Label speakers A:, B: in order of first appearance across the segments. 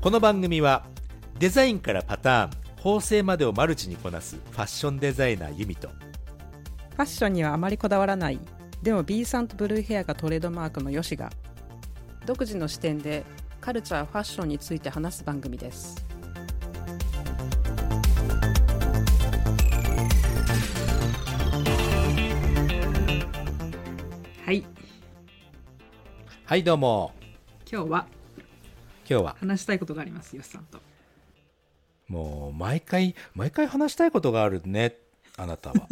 A: この番組はデザインからパターン縫製までをマルチにこなすファッションデザイナーユミと
B: ファッションにはあまりこだわらないでも B さんとブルーヘアがトレードマークのヨシが独自の視点でカルチャーファッションについて話す番組ですはい
A: はいどうも
B: 今日は
A: 今日は
B: 話したいことがありますヨシさんと
A: もう毎回毎回話したいことがあるねあなた は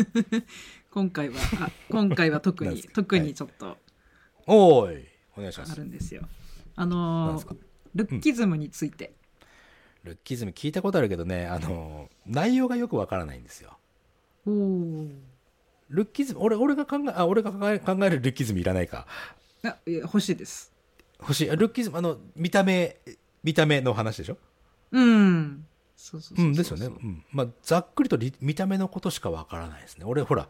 B: 今回はあ今回は 特
A: なん
B: に
A: ですか
B: 特
A: は
B: に
A: い
B: ちょっと
A: おーいお願いしま
B: あ
A: す
B: るんですよ、あ
A: なん
B: の
A: ですか
B: ールッキズムについて、
A: ルッキズム聞いたことあるけどねあの内容がよくわからないんですよ
B: おー
A: ルッキズム俺俺が考えあ俺が考え考えるルッキズムいらないか
B: あいや欲しいです
A: 欲しいあルッキズムあの見た目見た目の話でしょ
B: うん。そうそうそ
A: う
B: うそう。
A: んですよね、うんまあ、ざっくりとり見た目のことしかわからないですね俺ほら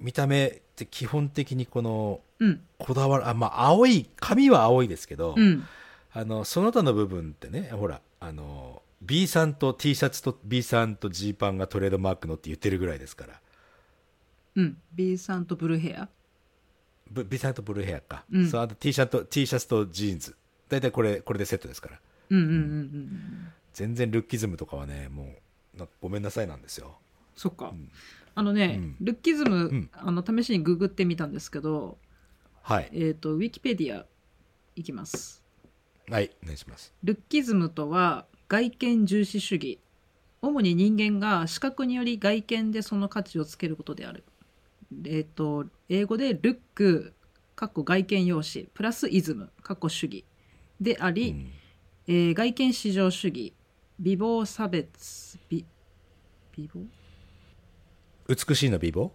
A: 見た目って基本的にこの
B: うん。
A: こだわるあまあ青い髪は青いですけど、
B: うん。
A: あのその他の部分ってねほらあの B さんと T シャツと B さんとジーパンがトレードマークのって言ってるぐらいですから
B: うん。B さんとブルーヘア。
A: ブ B さんとブルーヘアか、
B: うん
A: そうあと T シャツと T シャツとジーンズ大体これこれでセットですから
B: うんうんうんうん。
A: 全然ルッキズムとかはねもうなんかごめんなさいなんですよ
B: そっか
A: ん。
B: あのね
A: うん、
B: ルッキズム
A: ん、
B: あの、試しにググってみたんですけど、
A: はい
B: えっと、ウィキペディアいきます。
A: はいお願いします
B: ルッキズムとは、外見重視主義。主に人間が視覚により外見でその価値をつけることである。えっと、英語でルック、かっこ外見用紙、プラスイズム、かっこ主義であり、
A: うん
B: えー外見至上主義美貌差別美美貌
A: 美しいの美貌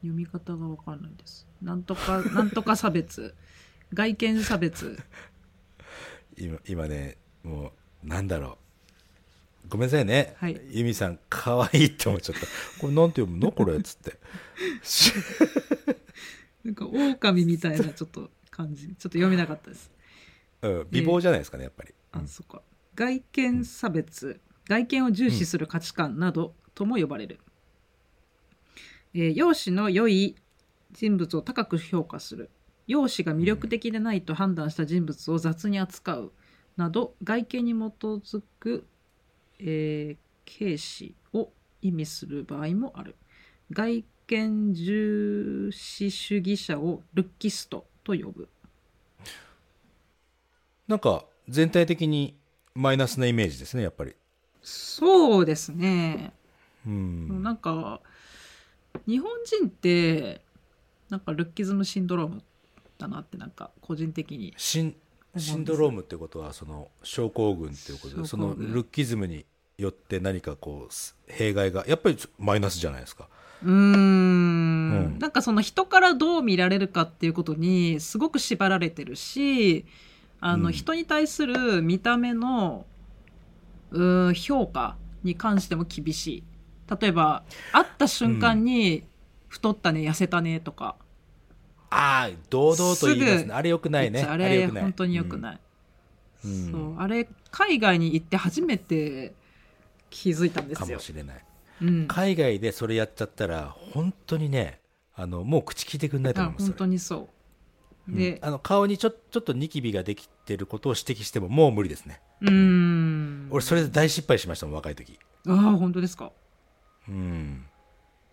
B: 読み方がわかんないですなんと かなんとか差別外見差別
A: 今今ねもうなんだろうごめんなさいね、
B: はい
A: ユミさん可愛いって思っちゃったこれなんて読むのこれっつって し
B: なんか狼みたいなちょっと感じちょっと読めなかったです
A: うん美貌じゃないですかねやっぱり、
B: あ、そっか外見差別外見を重視する価値観などとも呼ばれる、えー容姿の良い人物を高く評価する容姿が魅力的でないと判断した人物を雑に扱うなど外見に基づく、えー軽視を意味する場合もある外見重視主義者をルッキストと呼ぶ
A: なんか全体的にマイナスなイメージですねやっぱり
B: そうですね
A: う
B: もうんなんか日本人ってなんかルッキズムシンドロームだなってなんか個人的に
A: シンシンドロームってことはその症候群っていうことでそ
B: 症候
A: の
B: 群
A: ルッキズムによって何かこうす弊害がやっぱりマイナスじゃないですか
B: うー
A: う
B: ん
A: ん
B: なんかその人からどう見られるかっていうことにすごく縛られてるしあの、
A: うん
B: 人に対する見た目のうーん評価に関しても厳しい例えば会った瞬間に「太ったね痩せたね」とか、
A: ああ堂々と言います
B: す
A: ね
B: ぐ
A: あれよくないね
B: あれ
A: 良くない
B: 本当に良くない、
A: うん
B: そうあれ海外に行って初めて気づいたん
A: うん
B: で
A: か
B: すよ
A: も。しれない
B: うん、
A: 海外でそれやっちゃったら本当にねあのもう口聞いてくんないと思い
B: あ
A: ます
B: 本
A: そ
B: 当
A: れ
B: にそうう。
A: ん
B: で、
A: あの顔にちょちょっとニキビができてることを指摘してももう無理ですね
B: うーん。
A: 俺それで大失敗しましたもん若い時
B: ああ本当ですか。
A: うん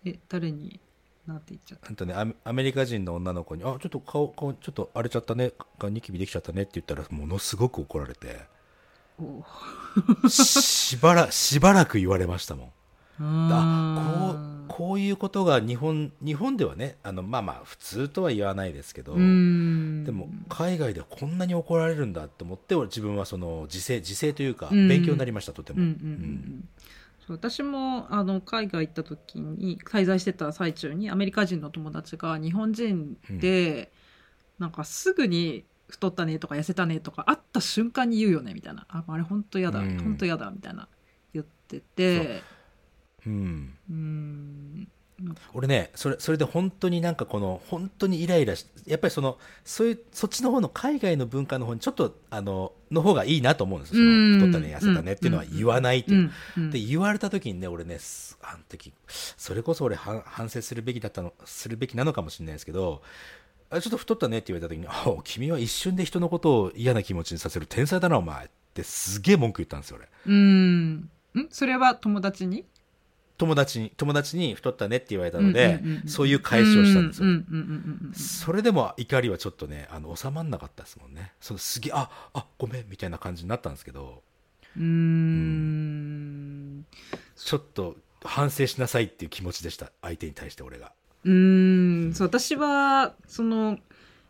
B: え誰になんて言っちゃった。
A: あんたねアメアメリカ人の女の子に「あちょっと顔顔ちょっと荒れちゃったねかニキビできちゃったね」って言ったらものすごく怒られて
B: おう
A: しばら しばらく言われましたもん
B: あ
A: あこうこういうことが日本日本ではねあのまあまあ普通とは言わないですけど、
B: うーん。
A: でも海外でこんなに怒られるんだと思って俺自分はその自制自制というか
B: うん
A: 勉強になりました、とて
B: うん
A: も、
B: うんうんうん。そう私もあの海外行った時に滞在してた最中にアメリカ人の友達が日本人で、なんかすぐに太ったねとか痩せたねとか会った瞬間に言うよねみたいなああれ本当やだ、
A: うん
B: 本当やだみたいな言ってて
A: うん
B: うーん
A: 俺ねそれそれで本当になんかこの本当にイライラしやっぱりそのそういうそっちの方の海外の文化の方にちょっとあのの方がいいなと思うんですよ。そ
B: うん
A: の太ったね、痩せたねっていうのは言わないっていうう。
B: んうん
A: で言われた時にね俺ねすあの時それこそ俺は反省するべきだったのするべきなのかもしれないですけどあちょっと太ったねって言われた時に「あ君は一瞬で人のことを嫌な気持ちにさせる天才だなお前」ってすげえ文句言ったんですよ俺
B: うんんそれは友達に
A: 友達に友達に太ったねって言われたので、
B: うんうんうんうん
A: そういう返しをしたんですよ、
B: うんうんうんうんうんうん
A: それでも怒りはちょっとねあの収まんなかったですもんねそのすげえああごめんみたいな感じになったんですけど
B: うーん
A: ちょっと反省しなさいっていう気持ちでした相手に対して俺が
B: うーんそう私はその、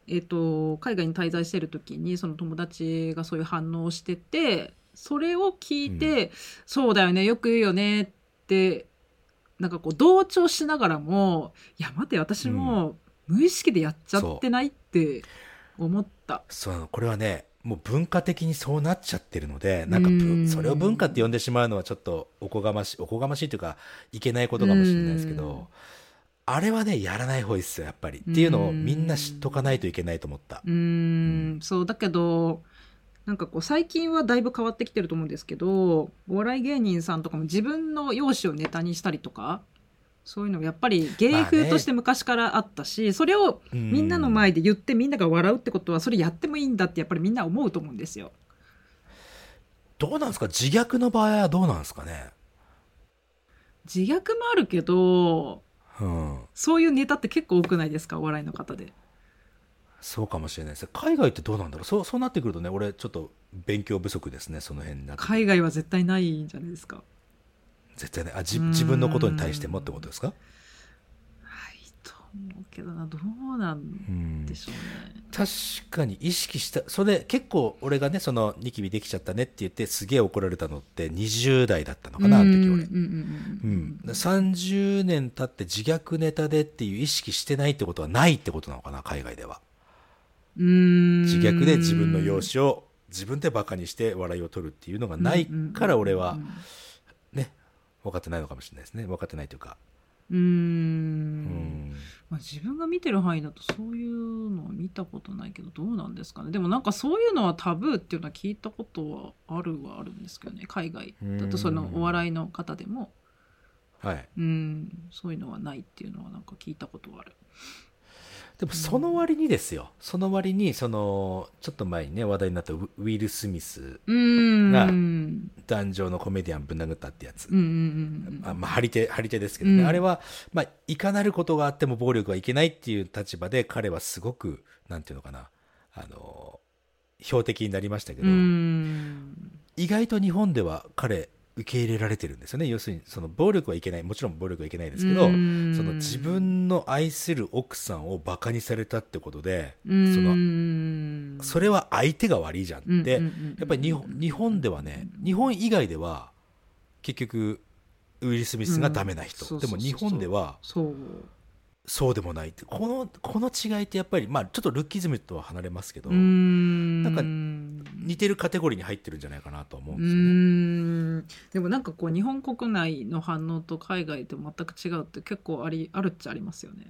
B: えっと海外に滞在してる時にその友達がそういう反応をしててそれを聞いて「そうだよねよく言うよね」ってなんかこう同調しながらも「いや待て私も無意識でやっちゃってない?」って思った。
A: そうなのこれはねもう文化的にそうなっちゃってるのでなんか
B: う
A: ぶ
B: ん
A: それを文化って呼んでしまうのはちょっとおこがましいおこがましいというかいけないことかもしれないですけ
B: うん
A: どあれはねやらない方がいいっすよやっぱりっていうのをみんな知っとかないといけないと思った
B: うーんそうだけどなんかこう最近はだいぶ変わってきてると思うんですけどお笑い芸人さんとかも自分の容姿をネタにしたりとかそういうのがやっぱり芸風として昔からあったし、それをみんなの前で言ってみんなが笑うってことはそれやってもいいんだってやっぱりみんな思うと思うんですよ。
A: どうなんですか自虐の場合はどうなんですかね
B: 自虐もあるけど
A: うん
B: そういうネタって結構多くないですかお笑いの方で。
A: そうかもしれないです海外ってどうなんだろうそうそうなってくるとね俺ちょっと勉強不足ですねその辺になって
B: 海外は絶対ないんじゃないですか。
A: 絶対ねあじ自分のことに対してもってことですか
B: はいと思うけどなどうなん
A: うん
B: でしょうね。
A: 確かに意識したそれ結構俺がねそのニキビできちゃったねって言ってすげえ怒られたのって20代だったのかなあの時俺、
B: うんうん
A: う
B: うん
A: ん、30年経って自虐ネタでっていう意識してないってことはないってことなのかな海外では
B: うんうん
A: 自虐で自分の容姿を自分でバカにして笑いを取るっていうのがないから俺はね分かってないのかもしれないですね分かってないというか
B: うん、
A: うん、
B: まあ、自分が見てる範囲だとそういうのを見たことないけどどうなんですかねでもなんかそういうのはタブーっていうのは聞いたことはあるはあるんですけどね海外だとそのお笑いの方でも
A: はい
B: うんそういうのはないっていうのはなんか聞いたことはある。
A: でもその割にですよその割にそのちょっと前にね話題になったウウィル・スミス
B: うん
A: が
B: うん
A: 壇上のコメディアンぶん殴ったってやつ、
B: うんうん
A: あまあ、張り手張り手ですけどね、
B: うん
A: あれは、まあ、いかなることがあっても暴力はいけないっていう立場で彼はすごくなんていうのかなあの標的になりましたけ
B: うんう
A: ど、
B: ん
A: 意外と日本では彼受け入れられてるんですよね要するにその暴力はいけないもちろん暴力はいけないですけど、
B: うん
A: その自分の愛する奥さんをバカにされたってことで、
B: うん
A: その
B: うん
A: それは相手が悪いじゃんって、
B: うんうんうんうん
A: やっぱり日本日本ではね日本以外では結局ウィル・スミスがダメな人、
B: うんそう
A: で
B: そう
A: も
B: そ
A: 日
B: う
A: 本では
B: そう
A: そうでもないってこのこの違いってやっぱりまあちょっとルッキズムとは離れますけど、
B: うーん
A: なんか
B: 似
A: 似てるカテゴリーに入ってるんじゃないかなと思うん
B: う
A: ですよね。
B: ーんでもなんかこう日本国内の反応と海外で全く違うって結構ありあるっちゃありますよね。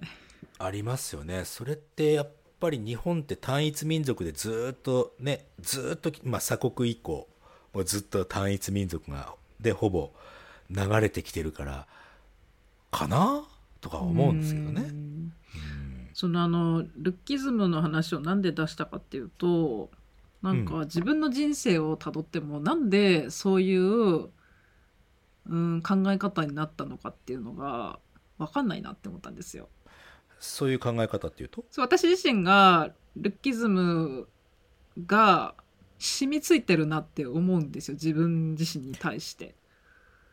A: ありますよねそれってやっぱり日本って単一民族でずーっとねずーっと、まあ、鎖国以降もうずっと単一民族がでほぼ流れてきてるからかなとか思うんですけどね。
B: うー
A: うん
B: んそのあのルッキズムの話をなんで出したかっていうとなんか自分の人生をたどってもなんでそういう、うん、考え方になったのかっていうのが分かんないなって思ったんですよ。
A: そういう考え方っていうと
B: そう私自身がルッキズムが染みついてるなって思うんですよ自分自身に対して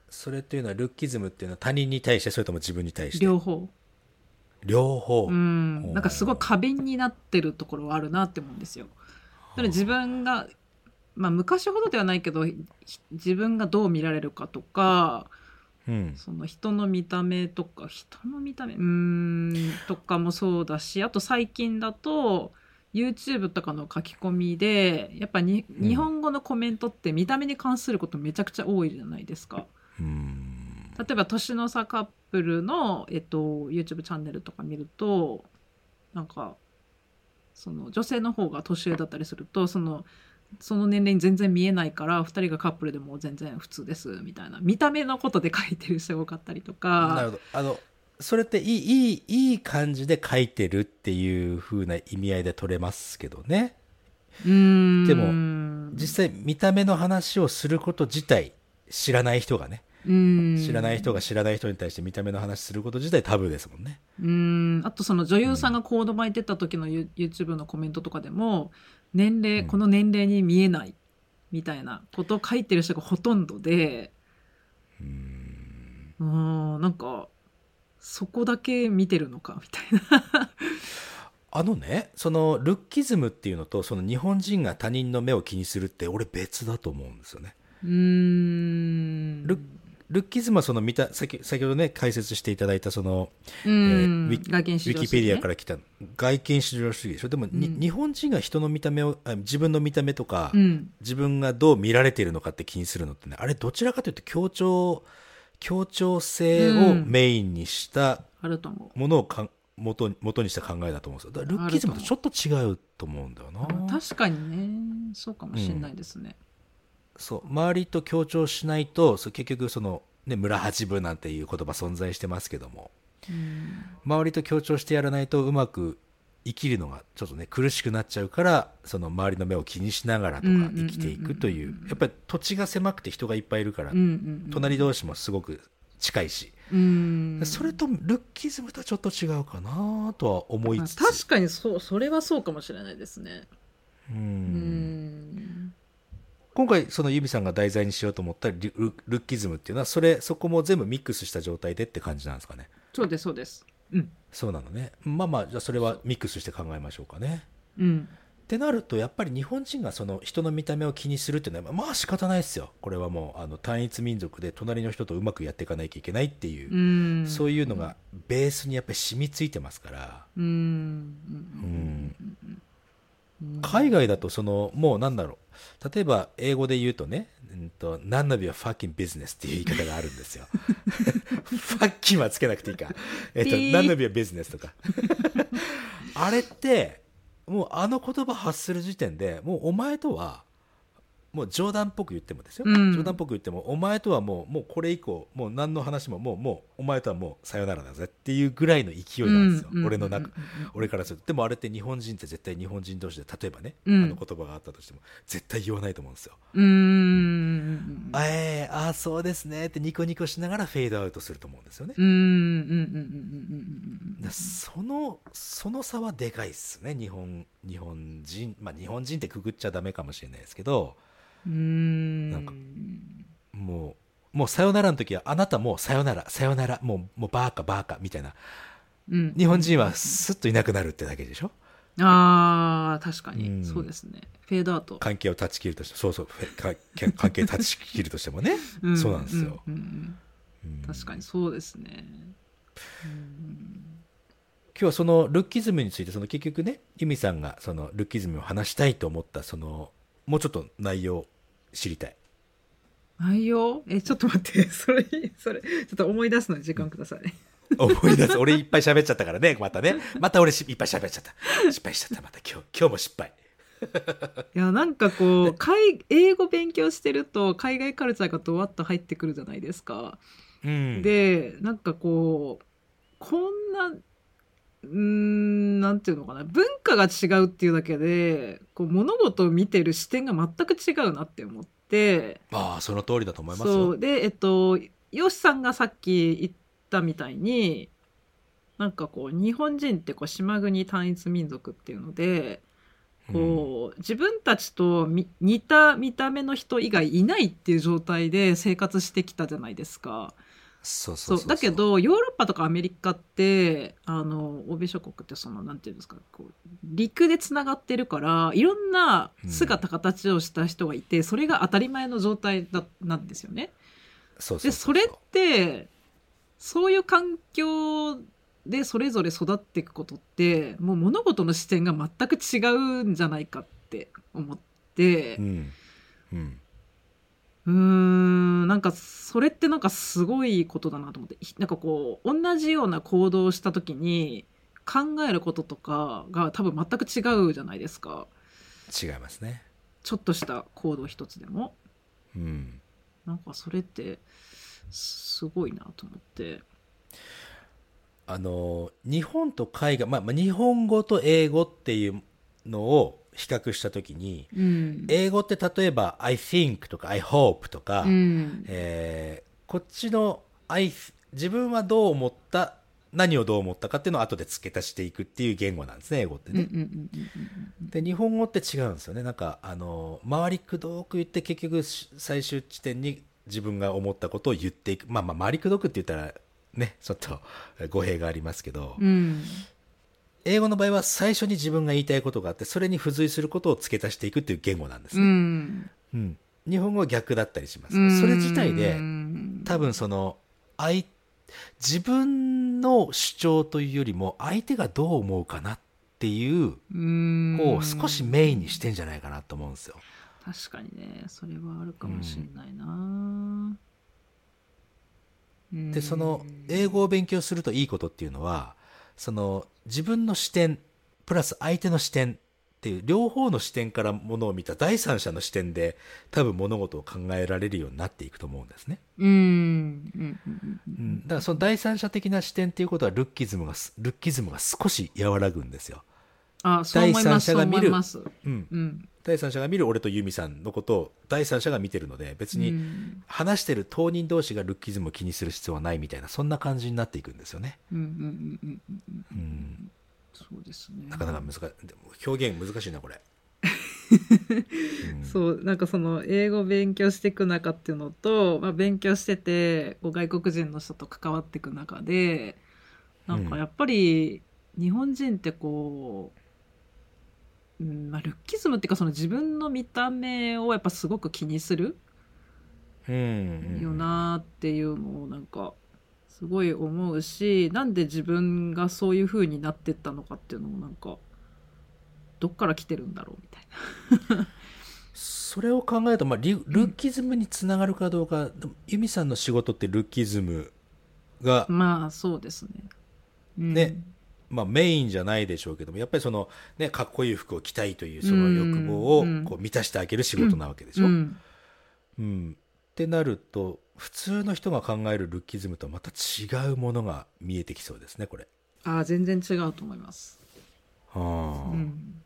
A: それっていうのはルッキズムっていうのは他人に対してそれとも自分に対して
B: 両方
A: 両方、
B: うんなんかすごい過敏になってるところはあるなって思うんですよだから自分がまあ昔ほどではないけどひ自分がどう見られるかとか
A: うん
B: その人の見た目とか人の見た目うーんとかもそうだしあと最近だと YouTube とかの書き込みでやっぱに
A: うん
B: 日本語のコメントって見た目に関することめちゃくちゃ多いじゃないですか。
A: うん
B: 例えば年の差カップルの、えっと、YouTube チャンネルとか見るとなんかその女性の方が年上だったりするとそのその年齢に全然見えないから2人がカップルでも全然普通ですみたいな見た目のことで書いてる人が多かったり
A: な
B: と
A: る
B: か
A: ほどあのそれっていいいいいい感じで書いてるっていう風な意味合いで取れますけどね
B: うーん
A: で
B: も
A: 実際見た目の話をすること自体知らない人がね知
B: 知
A: らない人が知らない人に対して見た目の話すること自体タブーですもんね
B: うーんあとその女優さんがコード巻いてた時の You- YouTube のコメントとかでも年齢、
A: うん
B: この年齢に見えないみたいなことを書いてる人がほとんどでうーんなんかそこだけ見てるのかみたいな
A: あのねそのルッキズムっていうのとその日本人が他人の目を気にするって俺別だと思うんですよね
B: うーん
A: ルルッキズムはその見た先先ほどね解説していただいたその
B: う
A: えー
B: ん
A: ウィ
B: 外見
A: ウィ
B: 指
A: キ
B: 導する
A: ペ
B: ね
A: ディアから来た外見至上主義でしょでも、に
B: うん
A: 日本人が人の見た目をあ自分の見た目とか、
B: うん
A: 自分がどう見られているのかって気にするのってねあれどちらかというと協調協調性をメインにした
B: あると思う
A: ものをかん元に元にした考えだと思うんですよだからルッキズムとちょっと違うと思うんだよな
B: 確かにねそうかもしれないですね、
A: そう周りと協調しないとそう結局その、ね、村八分なんていう言葉存在してますけども
B: うん
A: 周りと協調してやらないとうまく生きるのがちょっとね苦しくなっちゃうからその周りの目を気にしながらとか
B: うんうんうんうん
A: 生
B: うん
A: きていくというやっぱり土地が狭くて人がいっぱいいるから、
B: うんうんうん、
A: 隣同士もすごく近いし、
B: うん
A: それとルッキズムとはちょっと違うかなとは思い
B: まあ
A: つつ、
B: 確かにそうそれはそうかもしれないですね。
A: う
B: うんん
A: 今回そのユミさんが題材にしようと思ったルルルッキズムっていうのはそれそこも全部ミックスした状態でって感じなんですかね
B: そうですそうです。うん
A: そうなのねまあまあじゃあそれはミックスして考えましょうかね
B: うん
A: ってなるとやっぱり日本人がその人の見た目を気にするっていうのはまあ仕方ないですよこれはもうあの単一民族で隣の人とうまくやっていかなきゃいけないっていう
B: う、ん
A: そういうのがベースにやっぱり染みついてますから、
B: うん
A: うん、
B: うん
A: 海外だとそのもうなんだろう例えば英語で言うとね「うん、と何の日はファッキンビジネス」っていう言い方があるん ですよ ファッキンはつけなくていいか「えっと
B: ピー
A: 何の日はビジネス」とかあれってもうあの言葉発する時点でもうお前とはもう冗談っぽく言ってもですよ、
B: うん
A: 冗談っぽく言ってもお前とはもうもうこれ以降もう何の話ももうもうお前とはもうさよならだぜっていうぐらいの勢いなんですよ、
B: うん
A: 俺の中、
B: うんうんうん
A: 俺からするとでもあれって日本人って絶対日本人同士で例えばね、
B: うん
A: あの言葉があったとしても絶対言わないと思うんですよ、
B: うん
A: あえー、あーそうですねってニコニコしながらフェードアウトすると思うんですよね、
B: うんうんうんうんうん
A: だそのその差はでかいっすね日本日本人まあ日本人ってくぐっちゃダメかもしれないですけど
B: うんうん
A: なんかもうもうさよならの時はあなたもうさよならさよならもうもうバーカバーカみたいな
B: うん
A: 日本人はスッといなくなるってだけでしょ
B: あー確か
A: うん
B: にそうですねフェードアウト
A: 関係を断ち切るとしてそうそうフェか関係断ち切るとしてもね、そうなんですよ
B: うんうんうん
A: うん
B: 確かにそうですね。うん
A: 今日はそのルッキズムについてその結局ね由美さんがそのルッキズムを話したいと思ったそのもうちょっと内容を知りたい
B: 内容えちょっと待ってそれそれちょっと思い出すのに時間ください。
A: 思い出す俺いっぱい喋っちゃったからねまたねまた俺しいっぱい喋っちゃった失敗しちゃったまた今日今日も失敗
B: いやなんかこう海英語勉強してると海外カルチャーがドワッと入ってくるじゃないですか。
A: うん
B: でなんかこうこんなうーんなんていうのかな文化が違うっていうだけでこう物事を見てる視点が全く違うなって思って。
A: まあその通りだと思います
B: そ
A: よ
B: うでえっとよしさんがさっき言ったみたいになんかこう日本人ってこう島国単一民族っていうのでこう、自分たちとみ似た見た目の人以外いないっていう状態で生活してきたじゃないですか。
A: そうそ
B: そう
A: そう
B: う
A: そう
B: だけどヨーロッパとかアメリカってあの欧米諸国ってそのなんていうんですかこう陸でつながってるからいろんな姿形をした人がいて、それが当たり前の状態だなんですよね。
A: そうそう
B: でそれってそういう環境でそれぞれ育っていくことってもう物事の視点が全く違うんじゃないかって思って
A: う、んうん
B: うーんなんかそれってなんかすごいことだなと思ってひなんかこう同じような行動をした時に考えることとかが多分全く違うじゃないですか。
A: 違いますね
B: ちょっとした行動一つでも
A: うん
B: なんかそれってすごいなと思って
A: あの日本と海外、まあ、まあ日本語と英語っていうのを比較した時に
B: うん
A: 英語って例えば「I think」とか「I hope」とか、
B: うん
A: えーこっちの I th- 自分はどう思った何をどう思ったかっていうのを後で付け足していくっていう言語なんですね英語って
B: うんうん
A: ね。
B: うん
A: で日本語って違うんですよねなんかあの周りくどく言って結局し最終地点に自分が思ったことを言っていくまあまあ周りくどくって言ったらねちょっとえ語弊がありますけど、
B: うんうん
A: 英語の場合は最初に自分が言いたいことがあってそれに付随することを付け足していくっていう言語なんです
B: う
A: ね、
B: ん
A: うん日本語は逆だったりします、
B: うん
A: それ自体で
B: うん
A: 多分その相自分の主張というよりも相手がどう思うかなっていう
B: うん
A: 方を少しメインにしてんじゃないかなと思うんですよ。
B: 確かにねそれはあるかもしれないな、うん
A: でその英語を勉強するといいことっていうのはその自分の視点プラス相手の視点っていう両方の視点からものを見た第三者の視点で多分物事を考えられるようになっていくと思うんですね。
B: うんうんうんう
A: うんん、だからその第三者的な視点っていうことはルッキズムがすルッキズムが少し和らぐんですよ。
B: あそう思います
A: 第三者が見る
B: そう思います
A: うん、
B: うん
A: 第三者が見る俺とユミさんのことを第三者が見てるので別
B: う
A: に
B: ん
A: 話してる当人同士がルッキズムを気にする必要はないみたいなそんな感じになっていくんですよね。
B: うんうんうんうんう
A: う
B: んうんんそうですね
A: なかなか難しいでも表現難しいなこ れ。うん
B: そうなんかその英語勉強していく中っていうのと、まあ、勉強しててこう外国人の人と関わっていく中でなんかやっぱり日本人ってこう、うんまあ、ルッキズムっていうかその自分の見た目をやっぱすごく気にする
A: うんうん
B: よなっていうのをなんかすごい思うしなんで自分がそういう風になってったのかっていうのもなんかどっから来てるんだろうみたいな。
A: それを考えると、まあ、リルッキズムにつながるかどうか、でもユミさんの仕事ってルッキズムが、
B: まあそうですね。うん
A: ねまあ、メインじゃないでしょうけどもやっぱりその、ね、かっこいい服を着たいというその欲望を
B: うん
A: こう満たしてあげる仕事なわけでしょ。
B: うん
A: うん、ってなると普通の人が考えるルッキズムとはまた違うものが見えてきそうですねこれ。
B: ああ全然違うと思います。う
A: はあ
B: ん、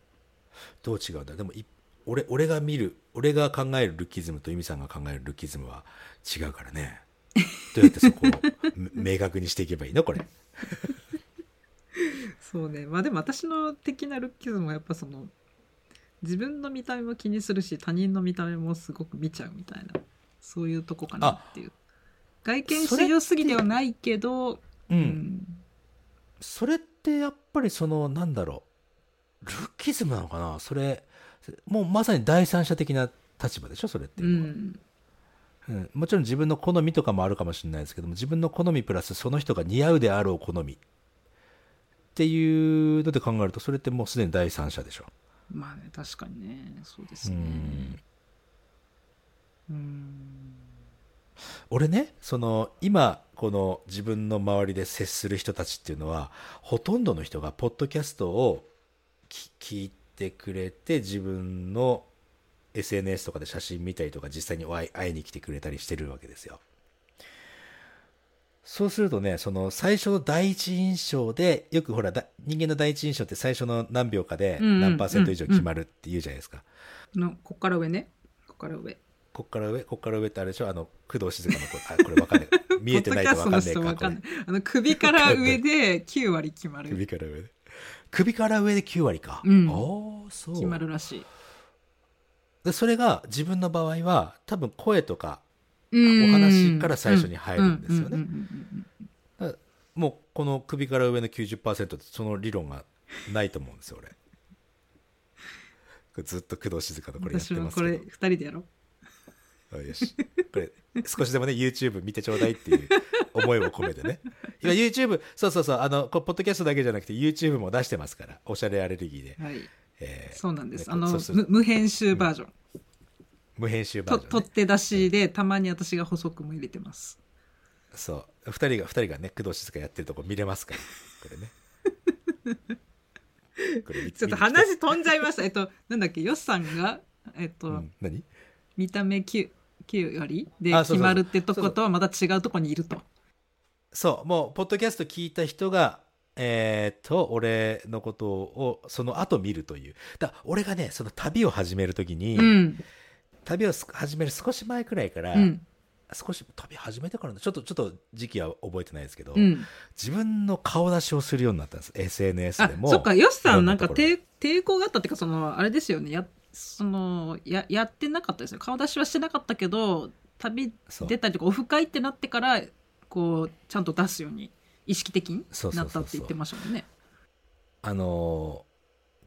A: どう違うんだでもい俺俺が見る俺が考えるルッキズムと由美さんが考えるルッキズムは違うからね。どうやってそこをめ明 確にしていけばいいのこれ。
B: そうねまあでも私の的なルッキズムはやっぱその自分の見た目も気にするし他人の見た目もすごく見ちゃうみたいなそういうとこかなっていう外見
A: それっ
B: 至
A: て
B: 上すぎではないけど、
A: う、
B: うんん、
A: それってやっぱりそのなんだろうルッキズムなのかなそれもうまさに第三者的な立場でしょそれって
B: う
A: いうのは。
B: ん、
A: うん、もちろん自分の好みとかもあるかもしれないですけども自分の好みプラスその人が似合うであろう好みっていうので考えるとそれってもうすでに第三者でしょ。
B: まあね確かにねそうです
A: う
B: ね
A: ん
B: うん
A: 俺ねその今この自分の周りで接する人たちっていうのはほとんどの人がポッドキャストをき聞いてくれて自分の SNS とかで写真見たりとか実際に会い会いに来てくれたりしてるわけですよ。そうするとねその最初の第一印象でよくほらだ人間の第一印象って最初の何秒かで
B: うんうん
A: 何パーセント以上決まるって言うじゃないですか。
B: のこっから上ねこっから上
A: こっから上こっから上ってあれでしょあの工藤静香のこれあこれわかん ない見えてないとわかんない
B: ポッドキャストの人
A: か
B: わ
A: こ
B: か
A: れ
B: んないあの首から上で9割決まる
A: 首から上で首から上で9割か、
B: うん
A: おーそう
B: 決まるらしい
A: でそれが自分の場合は多分声とか
B: うん
A: お話から最初に入るんですよね
B: ううん
A: だからもうこの首から上の90%ってその理論がないと思うんですよ俺これずっと工藤静香の
B: うん
A: こ
B: うん
A: れやって
B: 私も
A: ます
B: こ
A: け
B: れ
A: ど
B: 2人でやろう
A: あよしこれ少しでもね YouTube 見てちょうだいっていう思いを込めてね今 YouTube そうそうそうあのこうポッドキャストだけじゃなくて YouTube も出してますからおしゃれアレルギーで、
B: はい
A: えー
B: そうなんです
A: ね
B: あの
A: そうそう
B: む無編集バージョン
A: 無編集バー
B: と
A: ジョン、
B: 取
A: ね
B: っ、手出しでたまに私が補足も入れてます
A: そう2人が二人がね工藤静香やってるとこ見れますからこれねこれ見
B: ちょっと話飛んじゃいましたえっとなんだっけよっさんがえっと、
A: うん、何
B: 見た目 9, 9割で
A: あそうそうそう
B: 決まるってと
A: そ
B: こ
A: うそ
B: とはまた違うとこにいると。
A: そう、もう、ポッドキャスト聞いた人が、えーっと、俺のことを、その後見るという。だ俺がね、その旅を始めるときに、
B: うん。
A: 旅をす始める少し前くらいから、
B: うん。
A: 少し旅始めてからのちょっと、ちょっと時期は覚えてないですけど、
B: うん。
A: 自分の顔出しをするようになったんです。SNS
B: あ
A: でも。
B: そっかよしさんなんか
A: いろんな
B: 抵抵抗があったっていうかそのあれですよねやそのややってなかったですよ顔出しはしてなかったけど旅
A: そう
B: 出たりとかオフ会ってなってからこうちゃんと出すように意識的に
A: そうそ
B: な
A: う
B: った
A: そうそう
B: って言ってましたもんね。
A: あの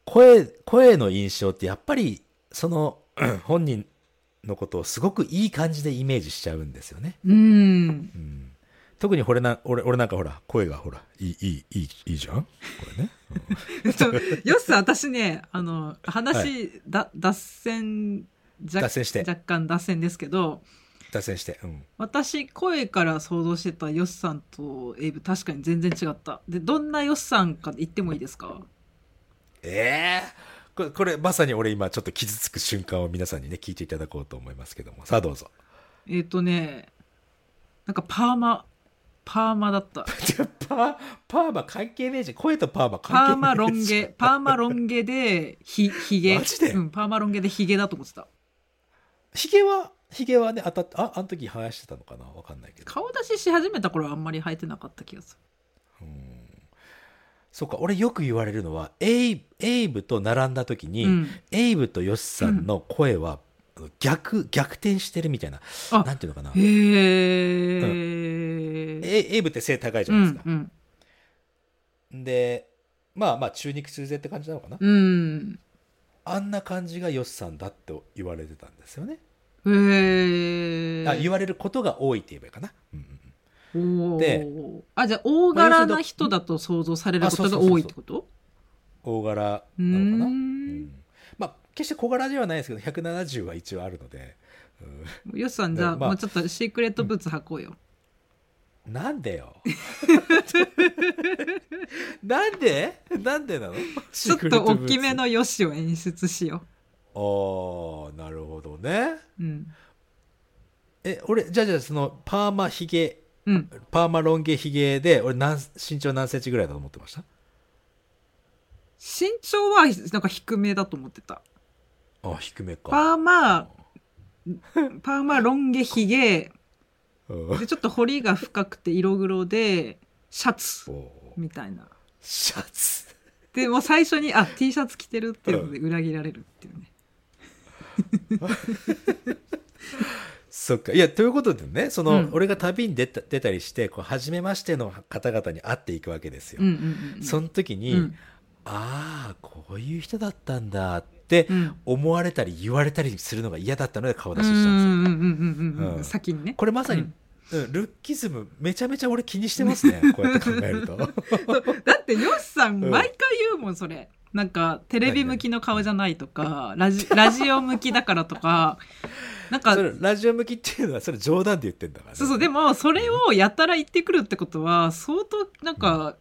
A: ー声、声の印象ってやっぱり、その、 うん本人のことをすごくいい感じでイメージしちゃうんですよね。
B: うん
A: うん特に俺な俺俺なんかほら声がほらいいいいいいいいじゃんこれね、
B: えっとよしさん私ねあの話、だ脱線若
A: 脱線して
B: 若干脱線ですけど
A: 脱線して、うん、
B: 私声から想像してたよしさんとエイブ確かに全然違ったでどんなよしさんか言ってもいいですか
A: ええこれこれまさに俺今ちょっと傷つく瞬間を皆さんにね聞いていただこうと思いますけどもさあどうぞ
B: えっ、とね、なんかパーマ、パーマだった。
A: パーパーマ関係ねえじゃん声とパーマ
B: パ
A: 関係
B: ー
A: ねえじゃん
B: マロン毛、パーマロン毛で、ひ、ひげ。
A: マジで
B: うん、パーマロン毛でひげだと思ってた。
A: ひげはひげはね当たってああの時生やしてたのかなわかんないけど
B: 顔出しし始めた頃はあんまり生えてなかった気がす
A: うんそうか俺よく言われるのはエイエイブと並んだ時に、
B: る。うん。
A: エイブとヨシさんの声は、あの逆逆転してるみたいな
B: あ
A: なんていうのかな
B: へえ。ー。
A: エイエイブって背高いじ
B: う
A: ゃないです
B: ん
A: か、、
B: うん。
A: でまあまあ中肉中背って感じなのかな、
B: うん。
A: あんな感じがヨシさんだって言われてたんですよね、
B: へえ。
A: あ言われることが多いって言えばいいかな、うんうんうん
B: おー
A: で
B: あ、じゃあ大柄な人だと想像されることが多いってこと
A: 大柄
B: う
A: なのかな、
B: ー。
A: うんんまあ決して小柄ではないですけど170は一応あるので、
B: よしさん、じゃあ、
A: まあ
B: もうちょっとシークレットブーツ履こうよ。
A: うんなんでよ なんでなんでなの
B: ち
A: ち
B: ょっと大きめのよしを演出しよ
A: ああなるほどね
B: う。うん。
A: え俺じゃあじゃあそのパーマひげ
B: うん。
A: パーマロン毛ひげで俺何身長何センチぐらいだと思ってました
B: 身長は、なんか低めだと思ってた。
A: あ低めか
B: パーマ、パーマ、ロン毛、ヒゲ、
A: うんお
B: で、ちょっと彫りが深くて色黒で、シャツ、
A: ー
B: みたいな。
A: シャツ
B: で、もう最初に、あ、T シャツ着てるっていうので裏切られるっていうね。
A: そっかいやということでねその、
B: うん
A: 俺が旅に出た出たりしてこう初めましての方々に会っていくわけですよ、
B: うんうんうん。
A: その時に、
B: うん
A: ああこういう人だったんだって
B: うん
A: 思われたり言われたりするのが嫌だったので顔
B: う
A: 出
B: ん
A: し
B: う
A: し
B: ん
A: たんですよ
B: うんうんうんう。
A: うんん
B: 先にね。
A: これまさに、
B: うん
A: うんルッキズムめちゃめちゃ俺気にしてますねこうやって考えると
B: だってよしさん
A: うん
B: 毎回言うもんそれなんかテレビ向きの顔じゃないとか ラジラジオ向きだからとかなんか
A: そ
B: そ
A: れラジオ向きっていうのはそれ冗談で言ってんだからね、
B: うそうでもそれをやたら言ってくるってことは相当なんか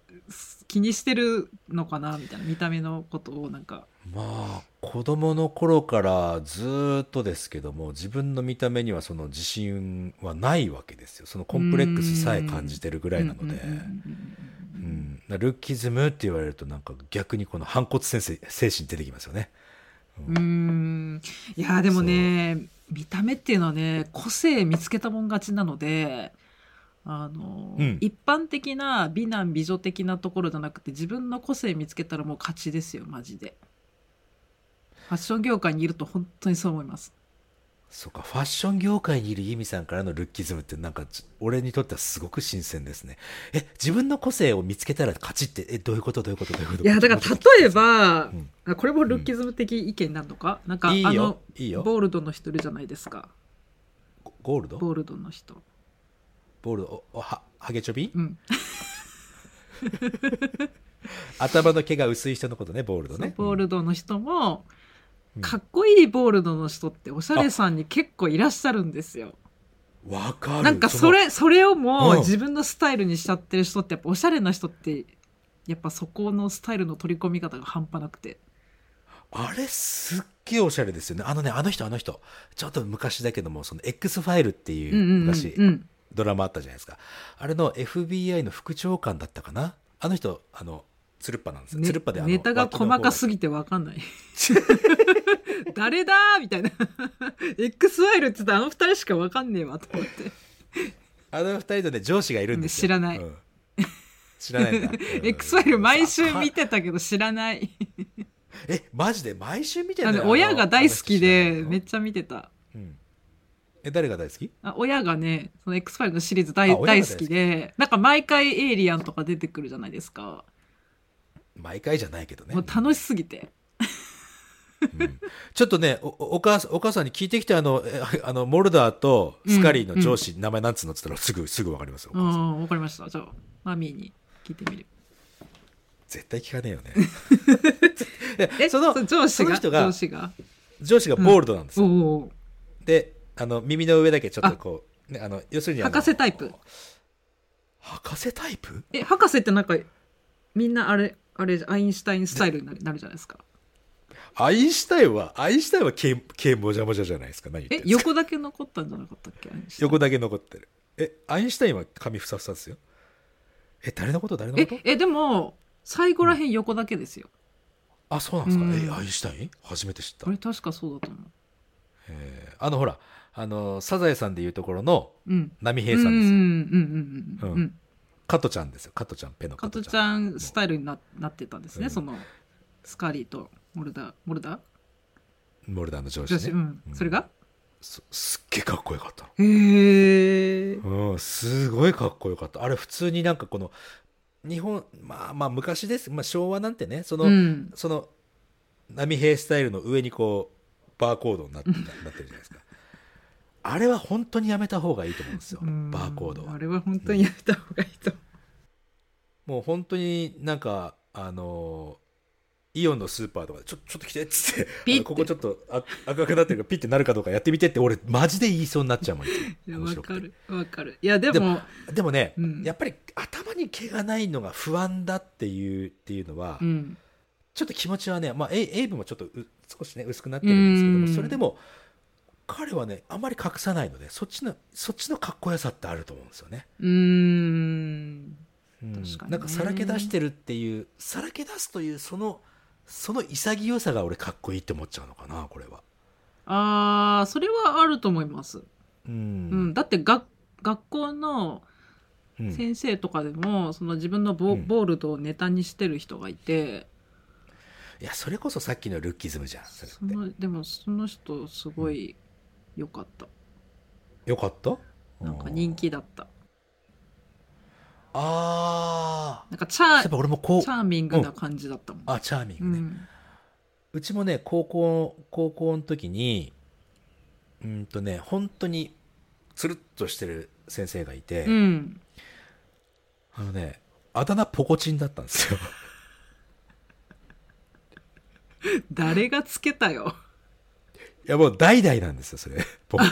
B: 気にしてるのかなみたいな見た目のことをなんか
A: まあ子供の頃からずーっとですけども自分の見た目にはその自信はないわけですよそのコンプレックスさえ感じてるぐらいなので
B: うんうんうん
A: うんルッキズムって言われるとなんか逆にこの反骨先生精神出てきますよね
B: うんうんうんいやでもね見た目っていうのはね個性見つけたもん勝ちなのであの、
A: うん
B: 一般的な美男美女的なところじゃなくて自分の個性見つけたらもう勝ちですよマジでファッション業界にいると本当にそう思います
A: そうかファッション業界にいるユミさんからのルッキズムってなんかち俺にとってはすごく新鮮ですねえ自分の個性を見つけたら勝ちってえどういうことどういうことどういうこと
B: いやだから例えば
A: うん、
B: あこれもルッキズム的意見なのか、なんか
A: いい
B: あ
A: よ
B: の
A: いいよ
B: ボールドの人いるじゃないですか
A: ゴールド
B: ボールドの人
A: ボールドおおはハゲチョビ
B: うん
A: 頭の毛が薄い人のことねボールドね
B: ボールドの人も、
A: うん
B: かっこいいボールドの人っておしゃれさんに結構いらっしゃるんですよ。
A: わかる
B: なんかそれそれをも
A: う
B: うん自分のスタイルにしちゃってる人ってやっぱおしゃれな人ってやっぱそこのスタイルの取り込み方が半端なくて
A: そのあれすっげえおしゃれですよねあのねあの人あの人ちょっと昔だけどもその X ファイルっていう
B: うんうんうん
A: 昔、
B: うん
A: ドラマあったじゃないですかあれの FBI の副長官だったかなあの人あのつるっぱなんですよ、
B: ね
A: つるっぱであの
B: ネタが細かすぎてわかんない 誰だーみたいな XY って言ったらあの二人しかわかんねえわと思って
A: あの二人のね上司がいるんですよ
B: 知らない
A: うん知ら ないんだ、うん
B: XY 毎週見
A: あ
B: てたけど知らない
A: えマジで毎週見てん
B: あ
A: だよ
B: の親が大好きでめ
A: め
B: っちゃ見てた
A: え誰が大好き
B: あ親がねその X ファイルのシリーズ大
A: あ親が大
B: 大
A: 好き
B: 好きでなんか毎回エイリアンとか出てくるじゃないですか、
A: 毎回じゃないけどね
B: もう楽しすぎて
A: うんちょっとねおおお母さんお母さんに聞いてきてあのえあのモルダーとスカリーの上司、名前なんつうのっつったらすぐすぐわかりますよ、お
B: う
A: 母さん
B: んわかりましたじゃあマミーに聞いてみる
A: 絶対聞かねえよね
B: え
A: えその
B: 上司
A: その
B: が
A: 人が
B: 上司が
A: 上司がボールドなんです
B: お
A: よ、
B: お
A: であの耳の上だけちょっとこうね、あの要するにあの
B: 博士タイプ
A: 博士タイプ
B: え博士ってなんかみんなあれあれアインシュタインスタイルになるなるじゃないですか
A: アインシュタインはアインシュタインは毛毛もじゃもじゃじゃないですか何言
B: え
A: ってんですか
B: 横だけ残ったんじゃなかったっけアインシュタイン
A: 横だけ残ってるえアインシュタインは髪ふさふさですよえ誰のこと誰のこと
B: ええでも最後らへん横だけですよ、
A: あそうなんですか、
B: うん
A: えアインシュタイン初めて知った
B: あれ確かそうだと思
A: えーあのほらあのサザエさんでいうところの
B: ううん
A: 波
B: う
A: 平
B: ん
A: さ
B: うんうん
A: んですよ、
B: うんうんう
A: うん加トちゃんですよ加トちゃんペの
B: カ
A: 加
B: ト
A: ト
B: ち
A: ちゃん
B: ゃんスタイルにななってたんですね、
A: うん
B: そのスカリーとモルダーモルダー
A: モルダーの上司
B: 女
A: ね
B: 子、うん
A: うん
B: それが
A: すすっげえかっこよかった
B: へえ
A: のうんすごいかっこよかったあれ普通になんかこの日本まあまあ昔です、まあ、昭和なんてねその、
B: うん
A: その波平スタイルの上にこうバーコードになってななってるじゃないですかあれは本当にやめた方がいいと思うんですよ
B: うん
A: バーコード
B: あ
A: は
B: れは本当にやめた方がいいと思
A: もう本当になんかあのーイオンのスーパーとかでちょちょっと来てっつって
B: ピッ
A: あのここちょっとあ赤くなってるからピッてなるかどうかやってみてって俺マジで言いそうになっちゃうもんいつも
B: ういや
A: 面
B: わ
A: 白くて
B: かるわかるいやでも
A: ででもね、
B: うん
A: やっぱり頭に毛がないのが不安だっていうっていうのは、
B: うん
A: ちょっと気持ちはね、まあ、エイエイブもちょっとう少しね薄くなってるんですけども
B: うん
A: それでも彼はねあまり隠さないのでそっちのそっちのかっこよさってあると思うんですよね。
B: うーん
A: うん
B: 確かに
A: な
B: ね
A: んかさらけ出してるっていうさらけ出すというそのその潔さが俺かっこいいって思っちゃうのかなこれは。
B: あーそれはあると思います、
A: う
B: うん
A: ん
B: だってが学校の
A: うん
B: 先生とかでも、その自分のボ,、
A: うん
B: ボールドをネタにしてる人がいて
A: いやそれこそさっきのルッキズムじゃんそれ
B: そ
A: っ
B: のでもその人すごい良かった、
A: て。よかった
B: なんか人気だった
A: あ
B: なんかチャ
A: あやっぱ
B: ー
A: 俺もこう
B: チャーミングな感じだったもん、
A: あチャーミング
B: う
A: ね。
B: ん
A: うちもね、高校、高校の時に、うんとね、本当に、つるっとしてる先生がいて、
B: うん、
A: あのね、あだ名ポコチンだったんですよ。
B: 誰がつけたよ
A: いや、もう代々なんですよ、それ。ポコチン。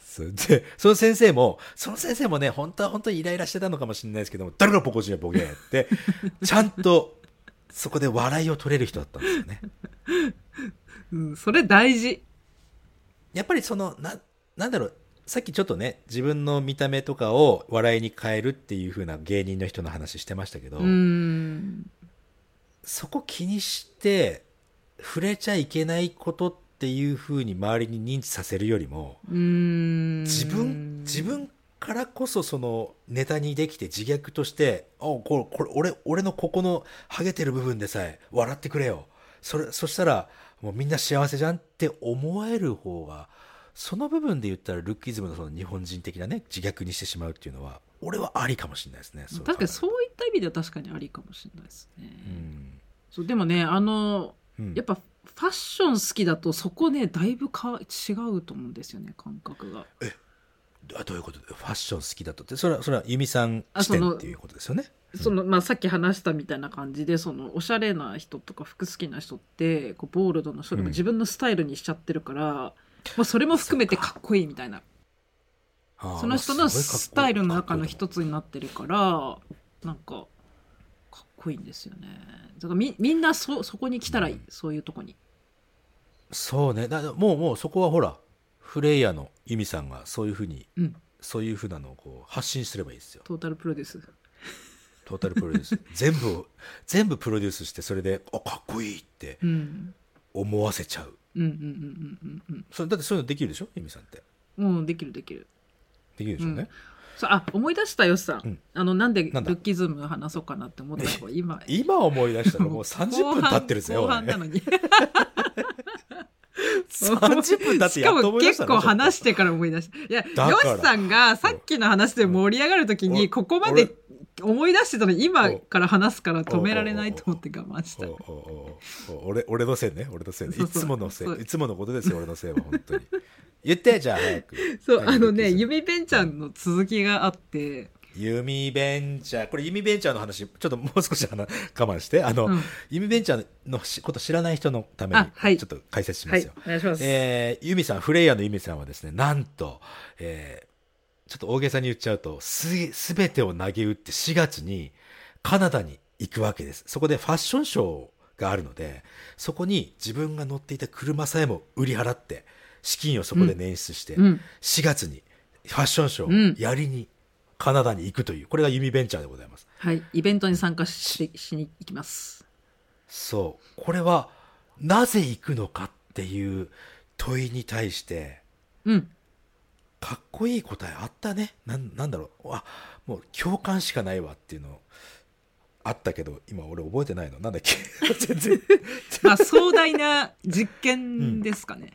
A: そうで、その先生も、その先生もね、本当は本当にイライラしてたのかもしれないですけども、誰がポコチンやボケやって、ちゃんと、そこで笑いを取れる人だったんですよね。
B: うん、それ大事
A: やっぱりそのななんだろうさっきちょっとね自分の見た目とかを笑いに変えるっていう風な芸人の人の話してましたけど、
B: うん
A: そこ気にして触れちゃいけないことっていう風に周りに認知させるよりも
B: うん
A: 自分自分からこそそのネタにできて自虐として「あこれこれ俺俺のここのハゲてる部分でさえ笑ってくれよ」それそしたらもうみんな幸せじゃんって思える方がその部分で言ったらルッキズムのその日本人的なね自虐にしてしまうっていうのは俺はありかもしれないですね。そう考える
B: 確かにそういった意味では確かにありかもしれないですね、
A: うん
B: そうでもねあの
A: うん
B: やっぱファッション好きだとそこねだいぶか違うと思うんですよね感覚が
A: あどういうことでファッション好きだとってそれはそれは由美さん
B: あ
A: 視
B: その
A: 点っていうことですよね。
B: そのまあ、さっき話したみたいな感じでそのおしゃれな人とか服好きな人ってこうボールドの人で
A: う
B: も
A: ん
B: 自分のスタイルにしちゃってるから、まあ、それも含めてかっこいいみたいな
A: あー
B: その人
A: も
B: の
A: うすごいかっこいい
B: スタイルの中の
A: かっこいいと思う
B: 一つになってるからなんかかっこいいんですよねだからみみんなそそこに来たらいい、
A: うん
B: そういうとこに
A: そうねだもうもうそこはほらフレイヤーのユミさんがそういうふうに、
B: うん
A: そういうふうなのをこう発信すればいいですよ
B: トータルプロデュース
A: トータルプロデュース 全部を全部プロデュースしてそれであかっこいいって
B: うん
A: 思わせちゃう
B: うんうんうんうんうん
A: それだってそういうのできるでしょユミさんって
B: うんもうできるできる
A: できるでしょうね、
B: そうあ思い出したよしさん、
A: うん
B: あのなんでル
A: なんだ
B: ッキズム話そうかなって思ったのが今
A: 今思い出したら もう30分経ってるぜ
B: 後
A: 俺
B: 半後半
A: ね
B: なのに
A: 30分経って
B: し
A: や
B: か
A: っと
B: も
A: 思い出し
B: 結
A: た
B: 構話
A: し
B: してから思い出したいや
A: から
B: よしさんがさっきの話で盛り上がる時
A: うん
B: にここま
A: 俺
B: で思い出してたのに今から話すから止められないと思って我慢した
A: おうおうおうおう俺俺のせいね俺のせいね
B: そう
A: い
B: そう
A: つものせ
B: そ
A: いういつものことですよ俺のせいは本当に言ってじゃあ早く
B: そうあのね
A: ユミ
B: ゆみべんちゃんの続きがあって、
A: ユミベンチャーこれユミベンチャーの話ちょっともう少しあの我慢してあの、
B: うん
A: ユミベンチャーのしこと知らない人のために
B: あはい
A: ちょっと解説しま
B: は
A: す
B: い
A: よ、
B: お願いします、
A: えーユミさんフレイヤーのユミさんはですねなんと、えーちょっと大げさに言っちゃうとすすべてを投げ打って4月にカナダに行くわけですそこでファッションショーがあるのでそこに自分が乗っていた車さえも売り払って資金をそこで捻出して、
B: うん
A: 4月にファッションショ
B: うん
A: ーをやりにカナダに行くという、これがユミベンチャーでございます
B: はいイベントに参加ししに行きます
A: そうこれはなぜ行くのかっていう問いに対して
B: うん
A: かっこいい答えあったねなんなんだろうあもう共感しかないわっていうのあったけど今俺覚えてないのなんだっけ 全然
B: まあ壮大な実験ですかね、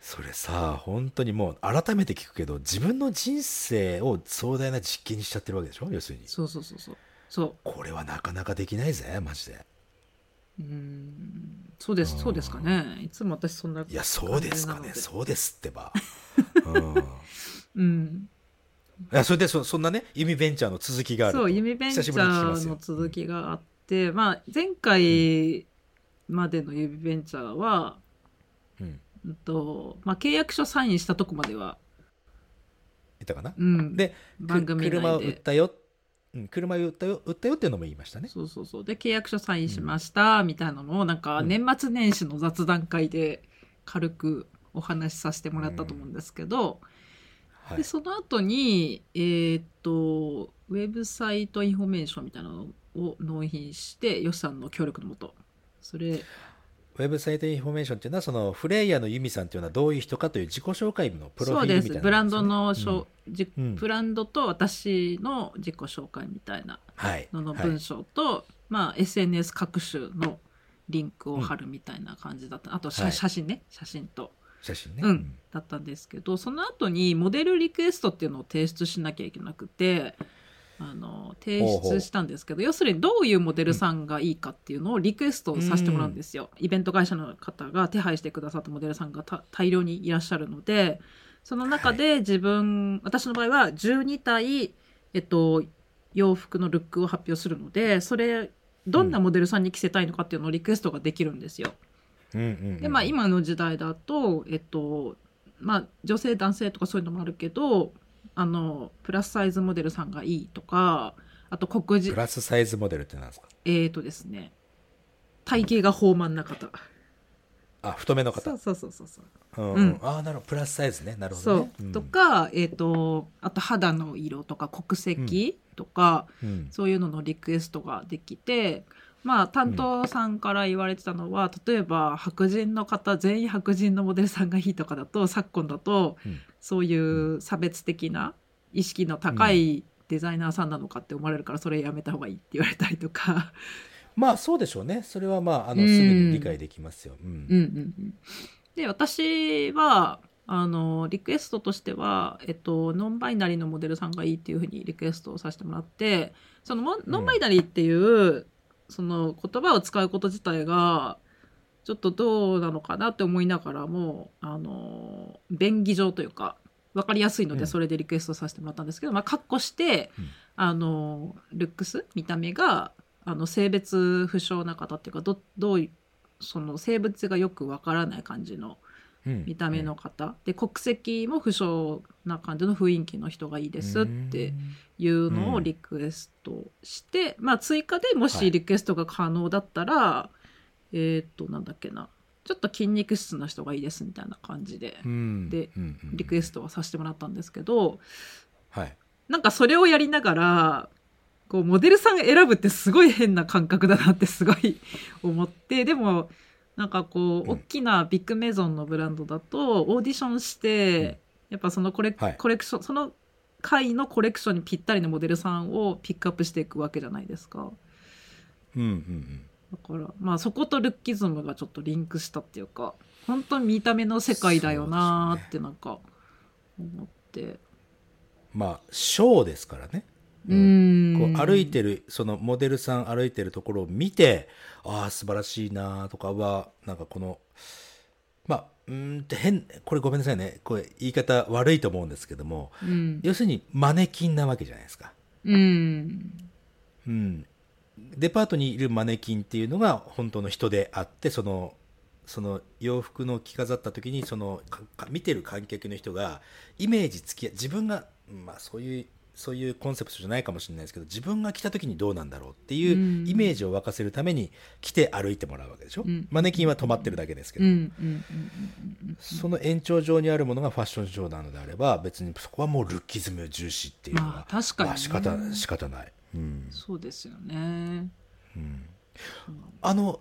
A: それさ本当にもう改めて聞くけど自分の人生を壮大な実験にしちゃってるわけでしょ要するに
B: そうそうそうそうそう
A: これはなかなかできないぜマジで
B: うーんそうです、
A: うん
B: そうですかね。いつも私そんな。
A: いやそうですかね
B: 感じなので
A: そうですってば、うん、い
B: うん。
A: やそれでそそんなね弓ベンチャーの続きがあると
B: そう、夢ベンチャ
A: 久しぶりに聞きます
B: ー
A: よ
B: の続きがあって、まあ、前回までの夢ベンチャーは、
A: うん、
B: うんとまあ、契約書サインしたとこまでは、
A: いたかな
B: うん、
A: で
B: 番組内で
A: 車を売ったよ、うん、車を売ったよ売ったよっていうのも言いましたね
B: そうそうそうで契約書サインしましたみたいなのをなんか
A: うん
B: 年末年始の雑談会で軽くお話しさせてもらったと思うんですけど、
A: はい
B: で、その後に、えーっとウェブサイトインフォメーションみたいなのを納品してよしさんの協力のもとそれ
A: ウェブサイトインフォメーションっていうのはそのフレイヤーのユミさんっていうのはどういう人かという自己紹介のプロフィールみたいな、
B: ブランドの、
A: ね
B: しょじ
A: うん
B: ブランドと私の自己紹介みたいな
A: はい
B: のの
A: はい
B: 文章と、まあ、SNS 各種のリンクを貼るみたいな感じだった、あと写,、
A: はい
B: 写真ね写真と
A: 写真ね、
B: うんだったんですけどその後にモデルリクエストっていうのを提出しなきゃいけなくてあの提
A: ほうほう
B: 出したんですけど要するにどういうモデルさんがいいかっていうのをリクエストさせてもらうんですよ、イベント会社の方が手配してくださったモデルさんがた大量にいらっしゃるのでその中で自分、私の場合は12体、えっと、洋服のルックを発表するのでそれどんなモデルさんに着せたいのかっていうのをリクエストができるんですよ。
A: うんうんうん
B: でまあ今の時代だと、えっとまあ、女性男性とかそういうのもあるけどあのプラスサイズモデルさんがいいとかあと黒
A: プ
B: 人
A: ラスサイズモデルってなんですか
B: えっ、とですね体型が豊満な方
A: あ太めの
B: そ
A: 方
B: うそうそうそうそう
A: うん、
B: うん
A: ああなるほどプラスサイズねなるほ
B: そ
A: ど
B: う
A: ね、うん
B: とか、えっとあと肌の色とか国籍とか、
A: うん
B: そういうののリクエストができてまあ担当さんから言われてたのは、例えば白人の方全員白人のモデルさんがいいとかだと昨今だと、
A: うん
B: そういう差別的な意識の高いデザイナーさんなのかって思われるからそれやめた方がいいって言われたりとか
A: まあそうでしょうねそれはまああの
B: うん
A: すぐに理解できますよ、うん
B: うんうんうん。で私はあのリクエストとしては、えっと、ノンバイナリーのモデルさんがいいっていうふうにリクエストをさせてもらってそのモノンバイナリーっていう、その言葉を使うこと自体がちょっとどうなのかなって思いながらもあの便宜上というか分かりやすいの
A: う
B: で
A: ん
B: それでリクエストさせてもらったんですけど、まあ括弧して、
A: うん
B: あのルックス見た目があの性別不詳な方っていうかどどういその性別がよくわからない感じの
A: うん
B: 見た目の方、で国籍も不詳な感じの雰囲気の人がいいですっていうのをリクエストして、まあ追加でも
A: はい
B: しリクエストが可能だったら、えーっとなんだっけなちょっと筋肉質な人がいいですみたいな感じで
A: うん
B: で
A: うんうんうん
B: リクエストはさせてもらったんですけど、
A: はい
B: なんかそれをやりながらこうモデルさん選ぶってすごい変な感覚だなってすごい 思ってでもなんかこ
A: うん
B: う大きなビッグメゾンのブランドだとオーディションして、
A: うん
B: やっぱそのコレ,、
A: はい
B: コレクションその回のコレクションにぴったりのモデルさんをピックアップしていくわけじゃないですか。
A: うんうん
B: だからまあそことルッキズムがちょっとリンクしたっていうか本当に見た目の世界だよなーってなんか思って。
A: うんまあショーですからね
B: う
A: こうん歩いてるそのモデルさん歩いてるところを見てああ素晴らしいなとかはなんかこのまあうーんって変これごめんなさいねこれ言い方悪いと思うんですけども
B: うん
A: 要するにマネキンなわけじゃないですか、
B: うん
A: うん、デパートにいるマネキンっていうのが本当の人であってそのその洋服の着飾った時にそのかか見てる観客の人がイメージつき自分が、まあ、そういうそういうコンセプトじゃないかもしれないですけど自分が着た時にどうなんだろうってい
B: うん
A: うイメージを沸かせるために着て歩いてもらうわけでしょ、
B: うん
A: マネキンは止まってるだけですけ
B: う
A: ど、
B: んうんうんうん
A: その延長上にあるものがファッションショーなのであれば別にそこはもうルッキズム重視っていうのは、
B: まあ確かにね
A: まあ仕方仕方ない。うん
B: そうですよね。
A: うんあの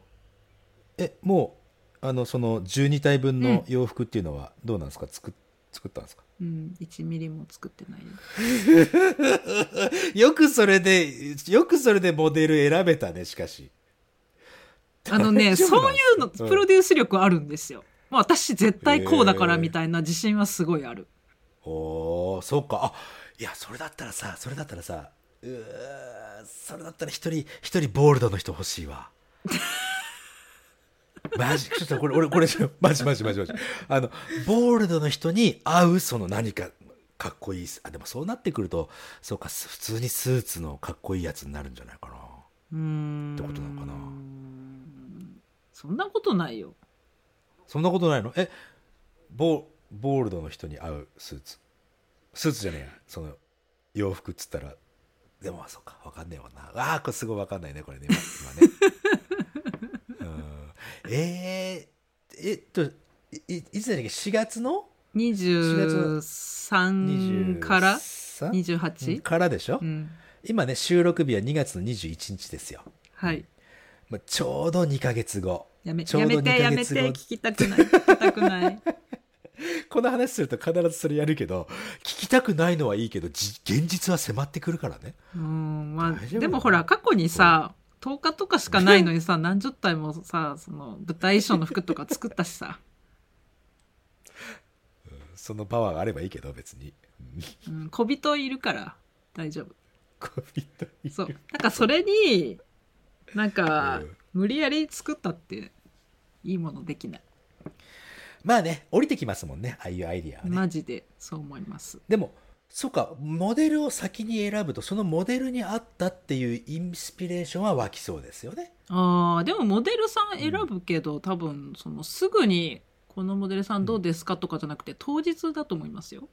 A: えもうあのその12体分の洋服っていうのはどうなんですか、作っ作ったんですか
B: うん、1ミリも作ってない。
A: よくそれでよくそれでモデル選べたねしかし
B: あのね、
A: 大丈夫
B: そ
A: な
B: うんい
A: です
B: うの、
A: かうん
B: プロデュース力あるんですよ。まあ私絶対こうだからみたいな自信はすごいある。
A: おーそうかあいやそれだったらさそれだったらさうーそれだったら一人一人ボールドの人欲しいわ マジちょっとこれ俺これマジマジマジマジあのボールドの人に合うその何かかっこいいあでもそうなってくるとそうかす普通にスーツのかっこいいやつになるんじゃないかな
B: うーん。
A: ってことなのかな
B: そんなことないよ。
A: そんなことないのえボボールドの人に合うスーツスーツじゃねえやその洋服っつったらでもそっかわかんねえわなあーこれすごいわかんないねこれね今今ねうんえー、えっといいいつだっけ4月の
B: 23から
A: 23
B: 28?
A: からでしょ、
B: うん。
A: 今ね収録日は2月の21日ですよ、
B: はい。
A: まあ、ちょうど2ヶ月後
B: やめ
A: ちょ
B: や
A: うど
B: め
A: 2ヶ
B: て、やめ
A: 月
B: て、
A: 後
B: 聞きたくない。聞きたくない。
A: この話すると必ずそれやるけど聞きたくないのはいいけどじ現実は迫ってくるからね
B: うんま
A: 大
B: あ
A: 丈夫
B: でもほら過去にさ10日とかしかないの にさ何十体もさその舞台衣装の服とか作ったしさ、
A: そのパワーがあればいいけど別にうん
B: うん、小人いるから大丈夫
A: 恋人いる
B: そうなんかそれになんか
A: うん
B: 無理やり作ったっていいものできない
A: まあね降りてきますもんねああいうアイディアはね、
B: マジでそう思います
A: でもそうかモデルを先に選ぶとそのモデルに合ったっていうインスピレーションは湧きそうですよね
B: あーでもモデルさん選ぶけど、多分そのすぐにこのモデルさんどうですかとかじゃなくて当日だと思いますよ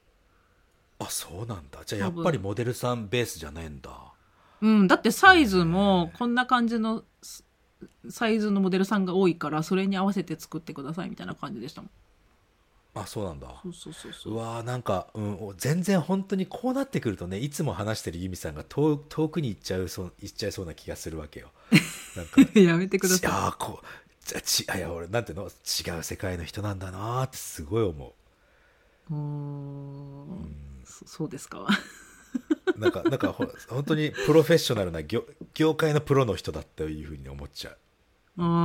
A: あそうなんだじゃあや
B: 多
A: っ
B: 分
A: ぱりモデルさんベースじゃねえんだ
B: うん、だってサイズもこんな感じのスサイズのモデルさんが多いからそれに合わせて作ってくださいみたいな感じでしたもん。
A: あそうなんだ
B: そうそうそうそうう。
A: わーなんか、うん、お全然本当にこうなってくるとねいつも話してる由美さんが遠遠くに行っちゃうそう行っちゃいそうな気がするわ けよ。なんか
B: やめてくだ
A: い
B: さ
A: やーこうじゃちあいや俺なんていうの違う世界の人なんだなーってすごい思
B: い。うー
A: う。うんん
B: そそうですか。
A: なんかなんかほら本当にプロフェッショナルな業業界のプロの人だっていうふうに思っちゃう。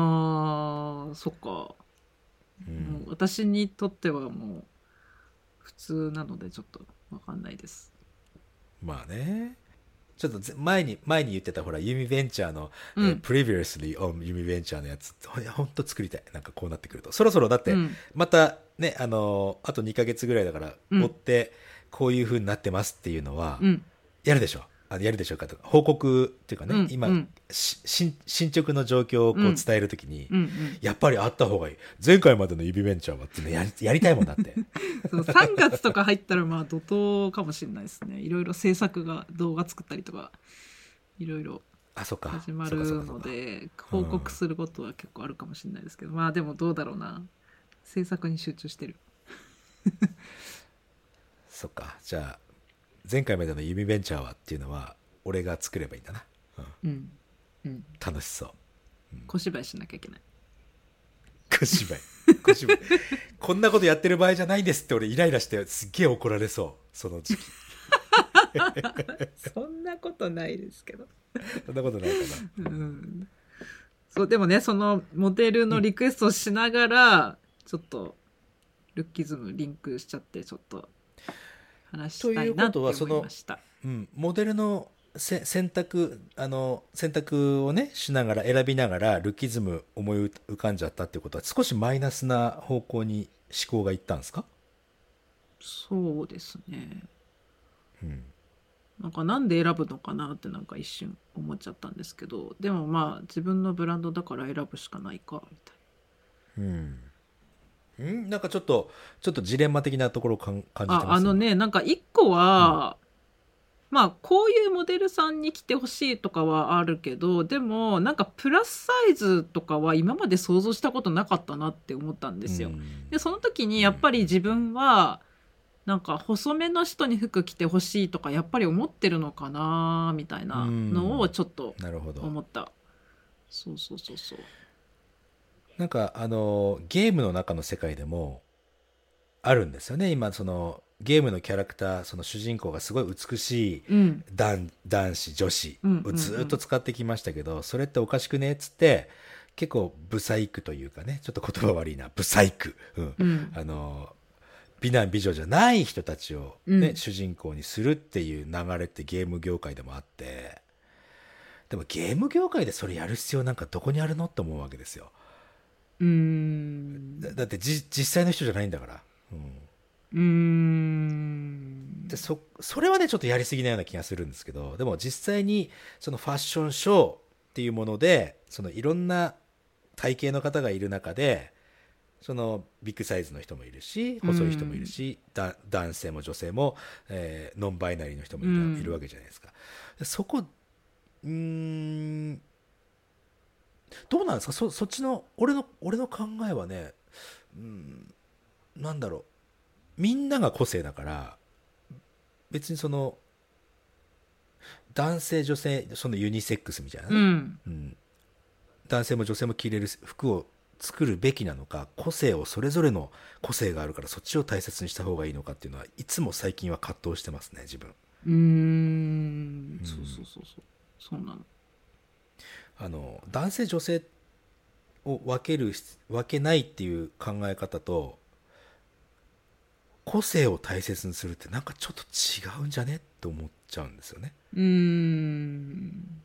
B: ああ、そっか。
A: うん
B: もう私にとってはもう普通なのでちょっとわかんないです。
A: まあね。ちょっとぜ前に、前に言ってたほら、ユミベンチャーの、
B: うん
A: えー previously on ユミベンチャーのやつ、ほんほんと作りたい。なんかこうなってくると。そろそろだって
B: うん、
A: またね、あのーあと2ヶ月ぐらいだから、
B: うん
A: 追って、こういう風になってますっていうのは
B: う、ん。
A: やるでしょ。あのやるでしょうかとか報告っていうかね、
B: うん
A: 今、
B: うん
A: し進進捗の状況をこう
B: うん
A: 伝えるときに、
B: うんうん
A: やっぱりあった方がいい前回までの指ベンチャーはってねやりやりたいもんだって
B: そう3月とか入ったらまあ怒涛かもしれないですねいろいろ制作が動画作ったりとかいろいろ
A: あそっか
B: 始ま
A: そ
B: る
A: っかそっかそ
B: の
A: っか
B: で
A: うん
B: 報告することは結構あるかもしれないですけど、まあでもどうだろうな制作に集中してる
A: そっかじゃあ前回までの指ベンチャーはっていうのは俺が作ればいいんだな、うん、
B: うんうん
A: 楽しそう
B: 小芝居しなきゃいけない
A: 小芝居小芝居こんなことやってる場合じゃないですって俺イライラしてすっげえ怒られそうその時期
B: そんなことないですけど
A: そんなことないか
B: う
A: な、
B: んそうでもねそのモデルのリクエストをしながら、ちょっとルッキズムリンクしちゃってちょっと話したいなって
A: ということはその
B: 思いました
A: うん、モデルのせ選択あの選択をねしながら選びながらルッキズム思い浮かんじゃったってことは少しマイナスな方向に思考がいったんですか、
B: そうですね
A: うん、
B: なんかなんで選ぶのかなってなんか一瞬思っちゃったんですけどでもまあ自分のブランドだから選ぶしかないかみたい
A: うん、うんなんかちょっとちょっとジレンマ的なところをかん感じ
B: な
A: てます
B: ああのねなんか一個は、まあこういうモデルさんに来てほしいとかはあるけどでもなんかプラスサイズとかは今まで想像したことなかったなって思ったんですよ。
A: うん
B: でその時にやっぱり自分はなんか細めの人に服着てほしいとかやっぱり思ってるのかなみたいなのをちょっと
A: なるほど
B: 思った。そうそうそうそう。
A: なんかあのゲームの中の世界でもあるんですよね今そのゲームのキャラクターその主人公がすごい美しい
B: うん。
A: 男男子女子
B: うんうんう
A: を
B: ん
A: ずーっと使ってきましたけど、それっておかしくねっつって結構ブサイクというかねちょっと言葉悪いなブサイク、うん、
B: うん。
A: あの美男美女じゃない人たちを、ね
B: うん
A: 主人公にするっていう流れってゲーム業界でもあってでもゲーム業界でそれやる必要なんかどこにあるのって思うわけですよ。
B: うーん。
A: だだってじ実際の人じゃないんだから、うん、
B: うーん。
A: でそそれはねちょっとやりすぎなような気がするんですけどでも実際にそのファッションショーっていうものでそのいろんな体型の方がいる中でそのビッグサイズの人もいるし細い人もいるし、だ男性も女性も、えーノンバイナリーの人もいる,、
B: うん
A: いるわけじゃないですかでそこうーんどうなんですかそそっちの俺の俺の考えはねうんなんだろうみんなが個性だから別にその男性女性そのユニセックスみたいな
B: う
A: ね、
B: ん。
A: うん男性も女性も着れる服を作るべきなのか個性をそれぞれの個性があるからそっちを大切にした方がいいのかっていうのはいつも最近は葛藤してますね自分
B: うーん。そうそうそうそう。そうなの。
A: あの男性女性を分ける分けないっていう考え方と個性を大切にするってなんかちょっと違うんじゃねって思っちゃうんですよね
B: うーん。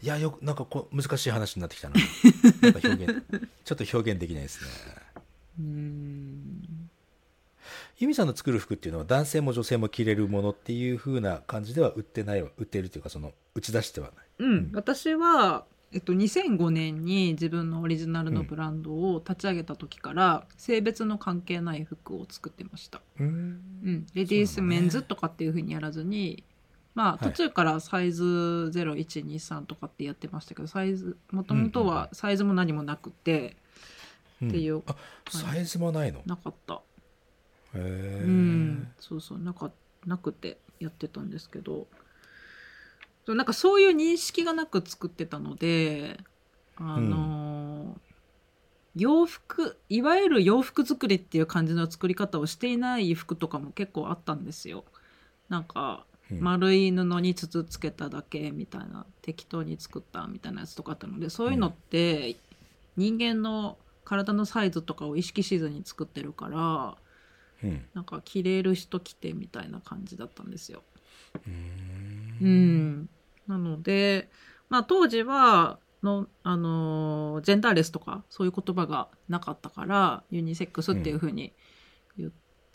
A: いやよくなんかこう難しい話になってきたな なんか表現ちょっと表現できないですね
B: うーん。
A: 由美さんの作る服っていうのは男性も女性も着れるものっていう風な感じでは売ってないわ売っているというかその打ち出してはない
B: うん。私は、えっと、2005年に自分のオリジナルのブランドを立ち上げた時から、性別の関係ない服を作ってました。うん、レディー
A: そ
B: ス、
A: うだね
B: メンズとかっていう風にやらずにまあ
A: は
B: 途
A: い
B: 中からサイズ0123とかってやってましたけど、サイズもともと
A: うんうんうん
B: はサイズも何もなくて、
A: ん
B: っていう
A: あサイズもないの、へ
B: なかった、
A: え
B: うんそうそうなかなくてやってたんですけどそうなんかそういう認識がなく作ってたのであのー洋服いわゆる洋服作りっていう感じの作り方をしていない服とかも結構あったんですよ。なんか
A: うん
B: 丸い布に筒つけただけみたいな適当に作ったみたいなやつとかあったのでそういうのって人間の体のサイズとかを意識しずに作ってるから
A: うん
B: なんか着れる人着てみたいな感じだったんですよ。
A: う
B: うんん、なので、まあ、当時はの、あのージェンダーレスとかそういう言葉がなかったからユニセックスっていうふうに言っ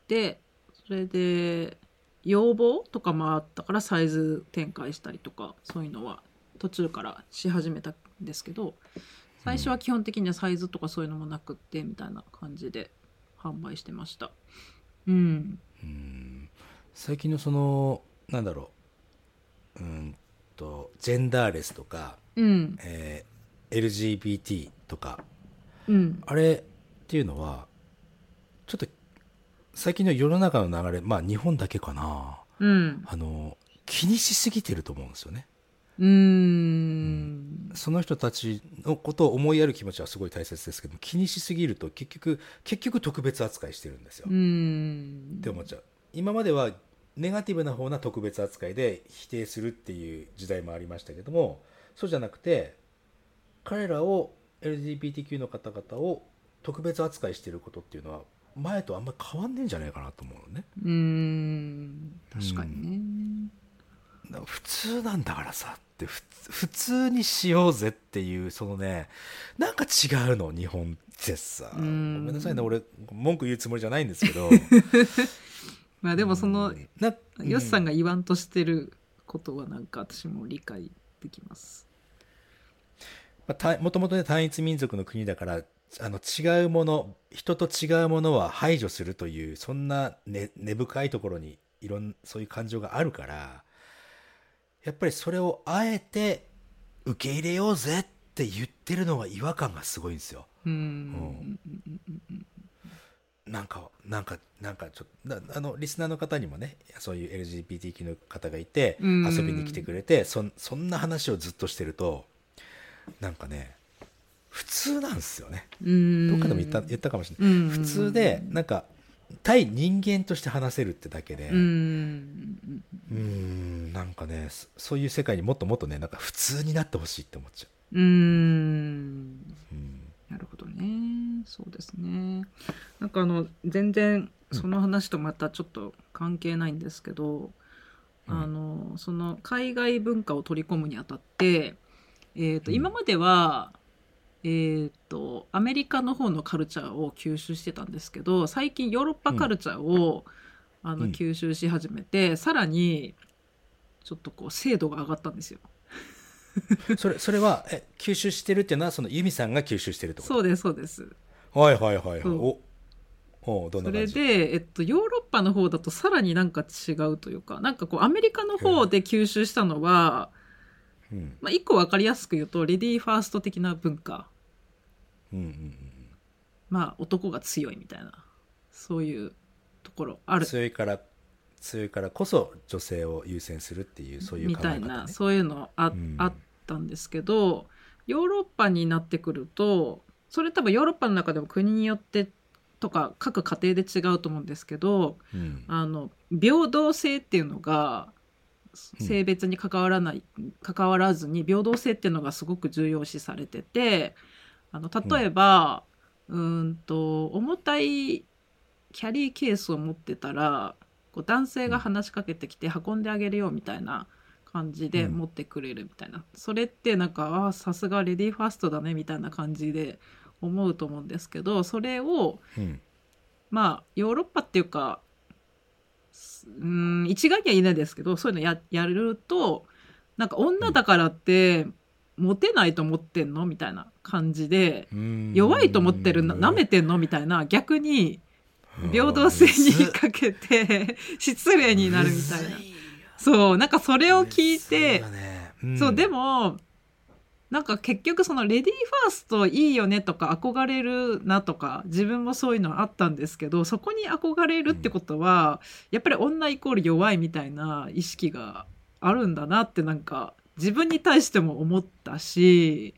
B: て、それで要望とかもあったからサイズ展開したりとかそういうのは途中からし始めたんですけど最初は基本的にはサイズとかそういうのもなくってみたいな感じで販売してました。うん、
A: うん最近のそのなんだろううんとジェンダーレスとか、
B: うん、
A: えー LGBT とか
B: うん、
A: あれっていうのはちょっと最近の世の中の流れまあ日本だけかな
B: うん、
A: あの気にしすぎてると思うんですよね
B: うーん、
A: その人たちのことを思いやる気持ちはすごい大切ですけども気にしすぎると結局結局特別扱いしてるんですよ、
B: うーん
A: って思っちゃう今まではネガティブな方な特別扱いで否定するっていう時代もありましたけどもそうじゃなくて彼らを LGBTQ の方々を特別扱いしてることっていうのは前とあんまり変わんねえんじゃないかなと思うのね
B: うーん確かにね
A: だから普通なんだからさってふつ普通にしようぜっていうそのねなんか違うの日本ってさ
B: う
A: ご
B: ん
A: めんなさいね俺文句言うつもりじゃないんですけど
B: まあ でもその
A: うんな
B: よしさん
A: が
B: が言わんとしてることはなんか私も理解できます
A: まあた、もともとね単一民族の国だからあの違うもの人と違うものは排除するというそんな、ね、根深いところにいろんそういう感情があるからやっぱりそれをあえて受け入れようぜって言ってるのが違和感がすごいんですよ。
B: うーん
A: なんか、なんか、なんか、ちょっとな、あの、リスナーの方にもね、そういう LGBTQ の方がいて、
B: うん
A: 遊びに来てくれて、そん、そんな話をずっとしてると、なんかね、普通なんですよね。
B: うーん
A: どっかでも言った、言ったかもしれない。
B: うん
A: 普通で、なんか、対人間として話せるってだけで、
B: うーん
A: うーんなんかね、そそういう世界にもっともっとね、なんか普通になってほしいって思っちゃ
B: うーん
A: う。うん。
B: なるほどねそうですねなんかあの全然その話とまたちょっと関係ないんですけど、
A: うん
B: あのその海外文化を取り込むにあたって、えー、
A: う
B: と
A: ん
B: 今までは、えー、とアメリカの方のカルチャーを吸収してたんですけど最近ヨーロッパカルチャーを、あの
A: うん
B: 吸収し始めて、さらにちょっとこう精度が上がったんですよ。
A: それ、それは、え、吸収してるっていうのは、そのユミさんが吸収してるってこと
B: そうですそうです
A: はいはいはいはい。
B: そう
A: お、おうどん
B: そ
A: な
B: れ
A: 感じ
B: で、えっと、ヨーロッパの方だとさらになんか違うというかなんかこうアメリカの方で吸収したのは、
A: うん
B: まあ、一個分かりやすく言うとレディーファースト的な文化。
A: うんうんうん
B: まあ男が強いみたいなそういうところあ
A: うん、
B: る
A: 強いから強いからこそ女性を優先するっていうそういう
B: み
A: 考え方、
B: た
A: ね、
B: いなそういうのあ,、
A: うん
B: あったんですけどヨーロッパになってくるとそれ多分ヨーロッパの中でも国によってとか各家庭で違うと思うんですけど
A: うん
B: あの平等性っていうのが
A: うん
B: 性別に関わらない、関わらずに平等性っていうのがすごく重要視されててあの例えば、うーんと重たいキャリーケースを持ってたらこう男性が話しかけてきて運んであげるよみたいな感じで
A: うん
B: 持ってくれるみたいな、それってなんかああーさすがレディーファーストだねみたいな感じで思うと思うんですけどそれを
A: うん
B: まあヨーロッパっていうかすうーん一概には言えないですけどそういうのややるとなんか女だからってモテないと思ってんのみたいな感じで
A: うん
B: 弱いと思ってるな舐めてんのみたいな逆に平等性にかけて失礼になるみたいなそうなんかそれを聞いてそうで
A: も
B: もなんか結局そのレディーファーストいいよねとか憧れるなとか自分もそういうのあったんですけどそこに憧れるってことは、やっぱり女イコール弱いみたいな意識があるんだなってなんか自分に対しても思ったし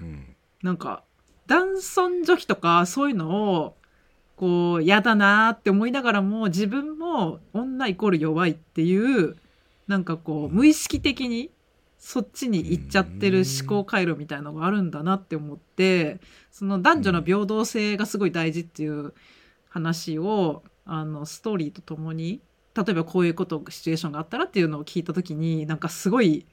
A: うん
B: なんか男尊女卑とかそういうのをこう嫌だなーって思いながらも自分も女イコール弱いっていうなんかこう無意識的にそっちに行っちゃってる思考回路みたいなのがあるんだなって思ってその男女の平等性がすごい大事っていう話をあのストーリーとともに例えばこういうことシチュエーションがあったらっていうのを聞いた時になんかすごい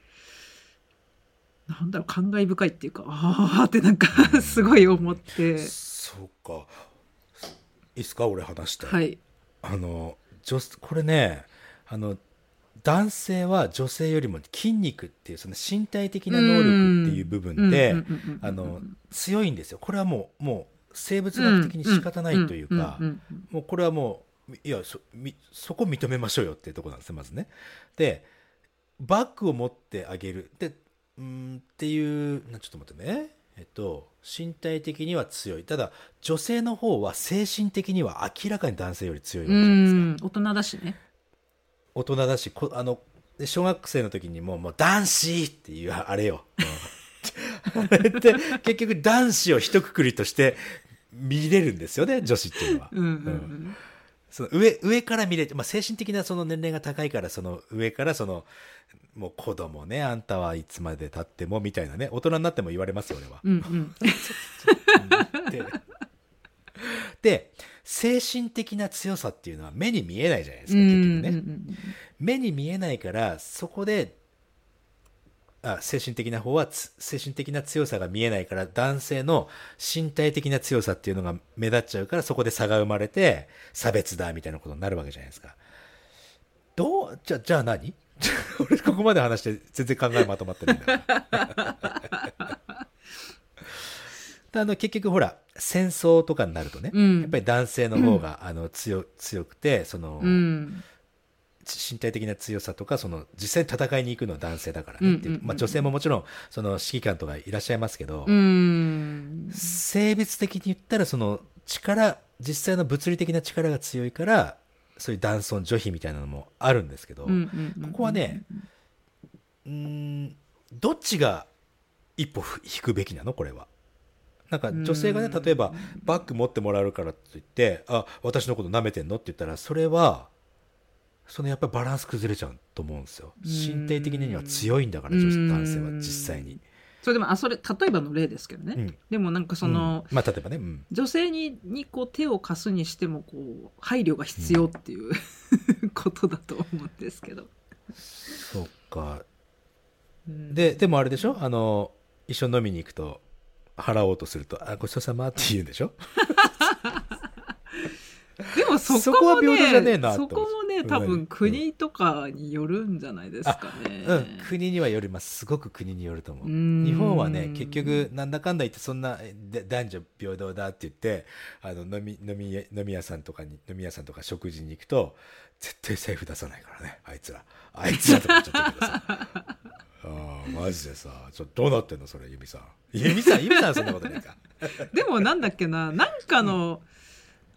B: なんだろう感慨深いっていうかああってなんかすごい思って
A: そうかいいっすか俺話して、
B: はい
A: あの女これねあの男性は女性よりも筋肉っていうその身体的な能力っていう部分で、
B: うんうんうんうん
A: あの強いんですよこれはもうもう生物学的に仕方ないというか、
B: うんうんうん
A: もうこれはもういやそみそこ認めましょうよっていうところなんですねまずね。でバッグを持ってあげるでうーんっていうなちょっと待ってねえっと身体的には強いただ女性の方は精神的には明らかに男性より強いわ
B: う
A: けじゃないですか。
B: ん大人だしね
A: 大人だしこあので小学生の時にもうもう男子っていうあれよ。うん あれって結局男子を一括りとして見れるんですよね女子っていうのは。
B: うんうん
A: その上上から見れて、まあ、精神的なその年齢が高いからその上からそのもう子供ねあんたはいつまでたってもみたいなね大人になっても言われますよ俺は。
B: うんうんうん
A: でで精神的な強さっていうのは目に見えないじゃないですか結局ね。
B: うんうん
A: 目に見えないからそこであ精神的な方はつ精神的な強さが見えないから男性の身体的な強さっていうのが目立っちゃうからそこで差が生まれて差別だみたいなことになるわけじゃないですか。どうじゃじゃあ何 俺ここまで話して全然考えまとまってないんだから であの結局ほら戦争とかになるとね、
B: うん
A: やっぱり男性の方が、あの強強くてその、
B: うん
A: 身体的な強さとかその実際に戦いに行くのは男性だからねっていう
B: うんうんうんうん
A: まあ、女性ももちろんその指揮官とかいらっしゃいますけど、
B: うん
A: 性別的に言ったらその力実際の物理的な力が強いからそういう男尊女卑みたいなのもあるんですけど、
B: うんうんうん
A: ここはねうーんどっちが一歩引くべきなのこれは。なんか女性がね
B: うん
A: 例えばバッグ持ってもらうからって言って「あ私のこと舐めてんの?」って言ったらそれはそのやっぱりバランス崩れちゃうと思うんですよ。
B: うん
A: 身体的には強いんだから女
B: う
A: 性
B: ん
A: 男性は実際に。
B: それでもあそれ例えばの例ですけどね、
A: うん
B: でもなんかその、
A: うんまあ例えばね、うん
B: 女性ににこう手を貸すにしてもこう配慮が必要っていう、ことだと思うんですけど。
A: そっか
B: うん
A: ででもあれでしょあの一緒に飲みに行くと払おうとすると「あごちそうさま」って言うんでしょ
B: でもそ
A: そ
B: こもねそ
A: こ
B: こ
A: は平等じゃねえなって思う
B: こもね多分国とかによるんじゃないですかね。
A: うん、国にはよりますすごく国によると思う
B: うん
A: 日本はね結局なんだかんだ言ってそんなえで男女平等だって言ってあの飲み飲み飲み屋さんとかに飲み屋さんとか食事に行くと絶対財布出さないからねあいつらあいつ らとか言っちゃったけどさあーマジでさちょどうなってんのそれ由美さん由美さん由美さんはそんなことないか
B: でもなんだっけななんかの、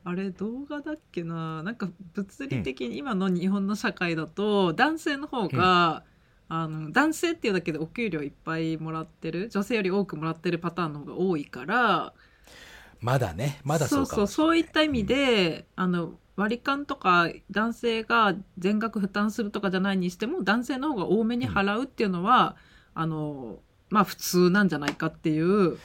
B: あれ動画だっけななんか物理的に今の日本の社会だと男性の方が、あの男性っていうだけでお給料いっぱいもらってる女性より多くもらってるパターンの方が多いから
A: まだねまだそうか
B: そう
A: も
B: そうそういった意味
A: うん
B: で、あの割り勘とか男性が全額負担するとかじゃないにしても男性の方が多めに払うっていうのは、あのまあ普通なんじゃないかっていう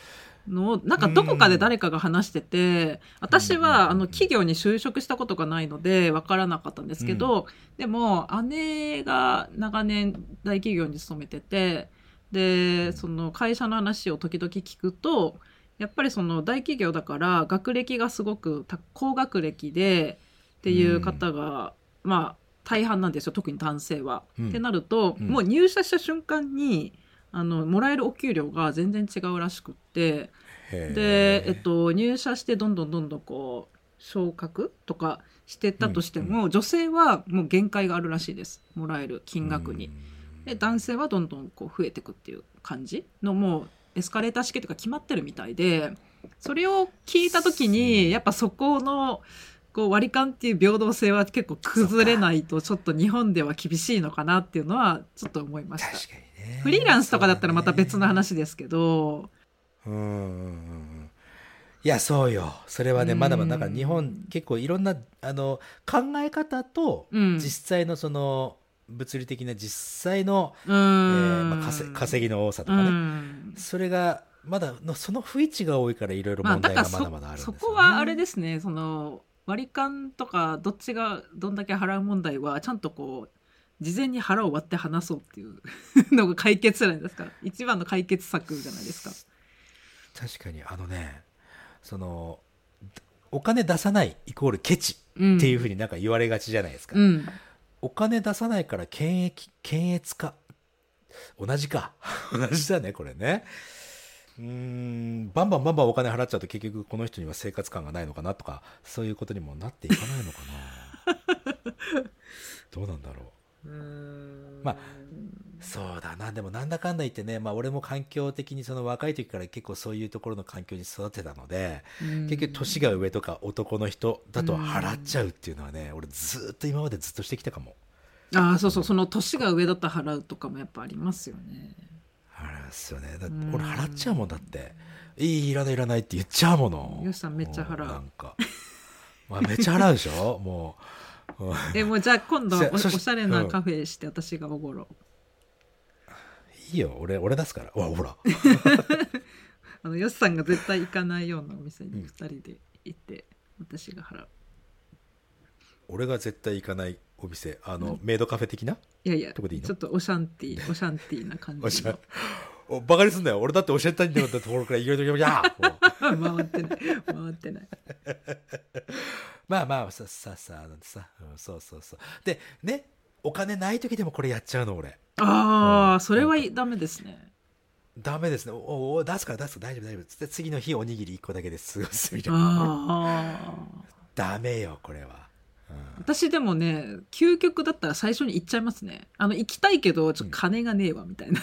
B: のをなんかどこかで誰かが話してて、私
A: うん
B: はあの企業に就職したことがないので分からなかったんですけど、でも姉が長年大企業に勤めてて
A: うん
B: でその会社の話を時々聞くとやっぱりその大企業だから学歴がすごくた高学歴でっていう方が、まあ大半なんですよ特に男性は。
A: うん
B: ってなると、
A: うん
B: もう入社した瞬間にあのもらえるお給料が全然違うらしくって。
A: へー
B: で、えっと、入社してどんどんどんどんこう昇格とかしてったとしても、女性はもう限界があるらしいですもらえる金額に。
A: うん
B: で男性はどんどんこう増えていくっていう感じのもうエスカレーター式とか決まってるみたいでそれを聞いた
A: う
B: 時
A: ん
B: にやっぱそこのこう割り勘っていう平等性は結構崩れないとちょっと日本では厳しいのかなっていうのはちょっと思いました。
A: 確かにね
B: フリーランスとかだったらまた別
A: そ
B: の
A: うだね
B: 話ですけど。
A: うんうんうんうんいやそうよそれはね
B: うん
A: まだまだだから日本結構いろんなあの考え方と
B: うん、
A: 実際のその物理的な実際の、
B: うー
A: え
B: ん
A: ーまあ、稼稼ぎの多さとか
B: う
A: ね
B: ん
A: それがまだのその不一致が多いからいろいろ
B: まあ
A: 問
B: だ
A: 題
B: から
A: が
B: そ
A: まだまだあるんですよ、
B: そ
A: ね、
B: こはあれですねその割り勘とかどっちがどんだけ払う問題はちゃんとこう事前に腹を割って話そうっていう のが解決じゃないですか一番の解決策じゃないですか。
A: 確かにあのねそのお金出さないイコールケチ
B: うん、
A: っていうふうになんか言われがちじゃないですか、
B: うん
A: お金出さないから検疫、検閲か。同じか。 同じだね、これね。うーん、バンバンバンバンお金払っちゃうと結局この人には生活感がないのかなとか、そういうことにもなっていかないのかな。どうなんだろう。
B: うーん
A: まあそうだな。でもなんだかんだ言ってね、まあ俺も環境的にその若い時から結構そういうところの環境に育てたので、
B: うん
A: 結局年が上とか男の人だと払っちゃうっていうのはね、俺ずっと今までずっとしてきたかも。
B: ああそうそうその年が上だったら払うとかもやっぱありますよね
A: 払うっすよね。だって
B: うん
A: 俺払っちゃうもんだって。いい、いらない、いらないって言っちゃうもの。
B: よしさんめっちゃ払う
A: もなんか。 まあめっちゃ払うでしょもう。うん
B: えもうじゃあ今度
A: そ
B: おお
A: そし
B: しゃれなカフェして私がおごろう
A: いいよ、俺、俺出すから。わ、ほら。
B: あのよしさんが絶対行かないようなお店に2人で行って、私が払う
A: 俺が絶対行かないお店。あの、メイドカフェ的ない
B: やいや
A: とこでいいの
B: ちょっとオシャンティーオシャンティーな感
A: お
B: じ
A: し
B: の
A: ゃおバカにすんなよ俺だって教えたいんだよってところからいろいろや もう
B: 回ってない回ってない
A: まあまあさささなんてさ、うんそうそうそうでねお金ない時でもこれやっちゃうの俺
B: あ
A: う
B: あ
A: ん
B: それはいダメですね
A: ダメですねおおお出すから出すから大丈夫大丈夫つって次の日おにぎり1個だけで過ごすみたいな
B: ああ
A: ダメよこれは、うん
B: 私でもね究極だったら最初に行っちゃいますねあの行きたいけどちょっと金がねえわみたいな、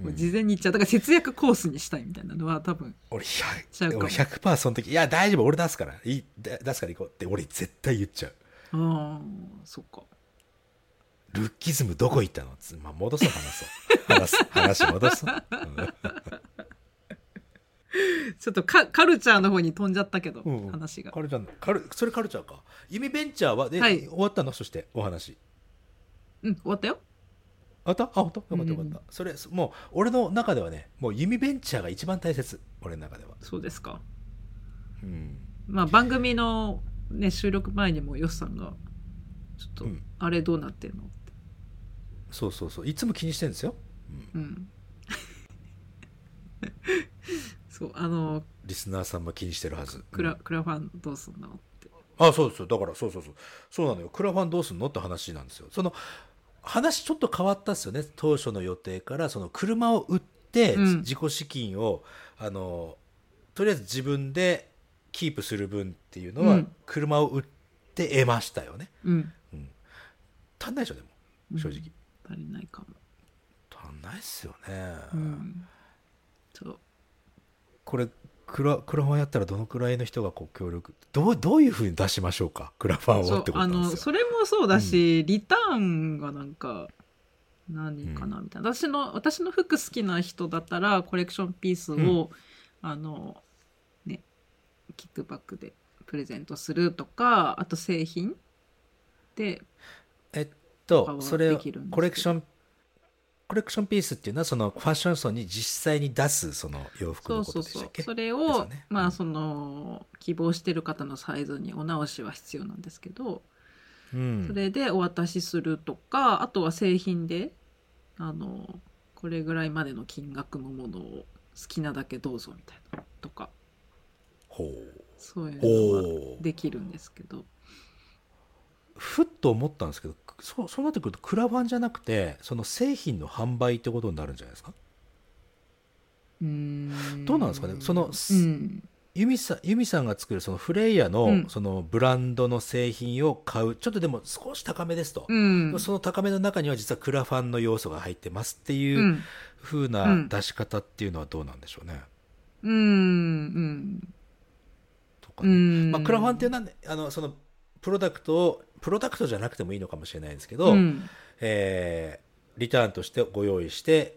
B: もう事前に行っちゃうだから節約コースにしたいみたいなのは多分
A: 俺
B: ちゃう
A: 100
B: かも
A: 俺100%その時いや大丈夫俺出すからいいだ出すから行こうって俺絶対言っちゃう
B: ああそっか
A: ルッキズムどこ行ったのつ、まあ、戻そう話そう 話す話戻そう、うん
B: ちょっとカカルチャーの方に飛んじゃったけど、
A: うんうん
B: 話が
A: カルチャーのカルそれカルチャーか弓ベンチャーはで、
B: はい
A: 終わったのそしてお話
B: うん終わったよ
A: あったあ本当よかったよか
B: う
A: っ
B: んうん
A: た、それそもう俺の中ではねもう弓ベンチャーが一番大切俺の中では
B: そうですか
A: うん
B: まあ番組のね収録前にもよっさんがちょっと、
A: うん
B: あれどうなってんのって
A: そうそうそういつも気にしてるんですよ、うん、
B: うんそうあの
A: リスナーさんも気にしてるはず
B: クラ,、
A: うん
B: クラファンどうすんのって
A: あそうそうだからそうそうそうそうなのよクラファンどうすんのって話なんですよその話ちょっと変わったっすよね当初の予定からその車を売って
B: うん
A: 自己資金を、あのとりあえず自分でキープする分っていうの
B: う
A: は
B: ん
A: 車を売って得ましたよね、
B: うん
A: 足んないでしょでも正直、
B: 足りないかも、
A: 足んないっすよね、
B: うん、そう
A: これクラクラファンやったらどのくらいの人がこう協力どうどういうふうに出しましょうかクラファン
B: そ
A: を
B: う
A: ってこと
B: あ
A: なん
B: の
A: ですよ
B: それもそうだし、リターンがなんか何かなみたいな、私の私の服好きな人だったらコレクションピースを、
A: うん
B: あのねキックバックでプレゼントするとかあと製品で
A: えっ
B: パワ
A: と
B: ー
A: それ
B: できるんですけど
A: コレクションコレクションピースっていうのはそのファッション層に実際に出すその洋服
B: そう
A: のこ
B: そ
A: と
B: う
A: でし
B: そ
A: た
B: う
A: っけ
B: それ
A: です
B: を、
A: よね
B: ま
A: う
B: あ
A: ん
B: その希望してる方のサイズにお直しは必要なんですけど、
A: うん
B: それでお渡しするとかあとは製品であのこれぐらいまでの金額のものを好きなだけどうぞみたいなとか
A: ほ
B: そういううのは
A: ほう
B: できるんですけど
A: ふっと思ったんですけどそうそうなってくるとクラファンじゃなくてその製品の販売ってことになるんじゃないですか
B: うーん
A: どうなんですかねその
B: うん
A: ユミさんユミさんが作るそのフレイヤの,、
B: うん
A: そのブランドの製品を買うちょっとでも少し高めですと、
B: うん
A: その高めの中には実はクラファンの要素が入ってますっていううん風
B: う
A: なん出し方っていうのはどうなんでしょうね。
B: うんうん
A: とか
B: う
A: ね
B: ん
A: まあ、クラファンってなんであのそのプロダクトをプロダクトじゃなくてもいいのかもしれないですけど、
B: うん
A: えーリターンとしてご用意して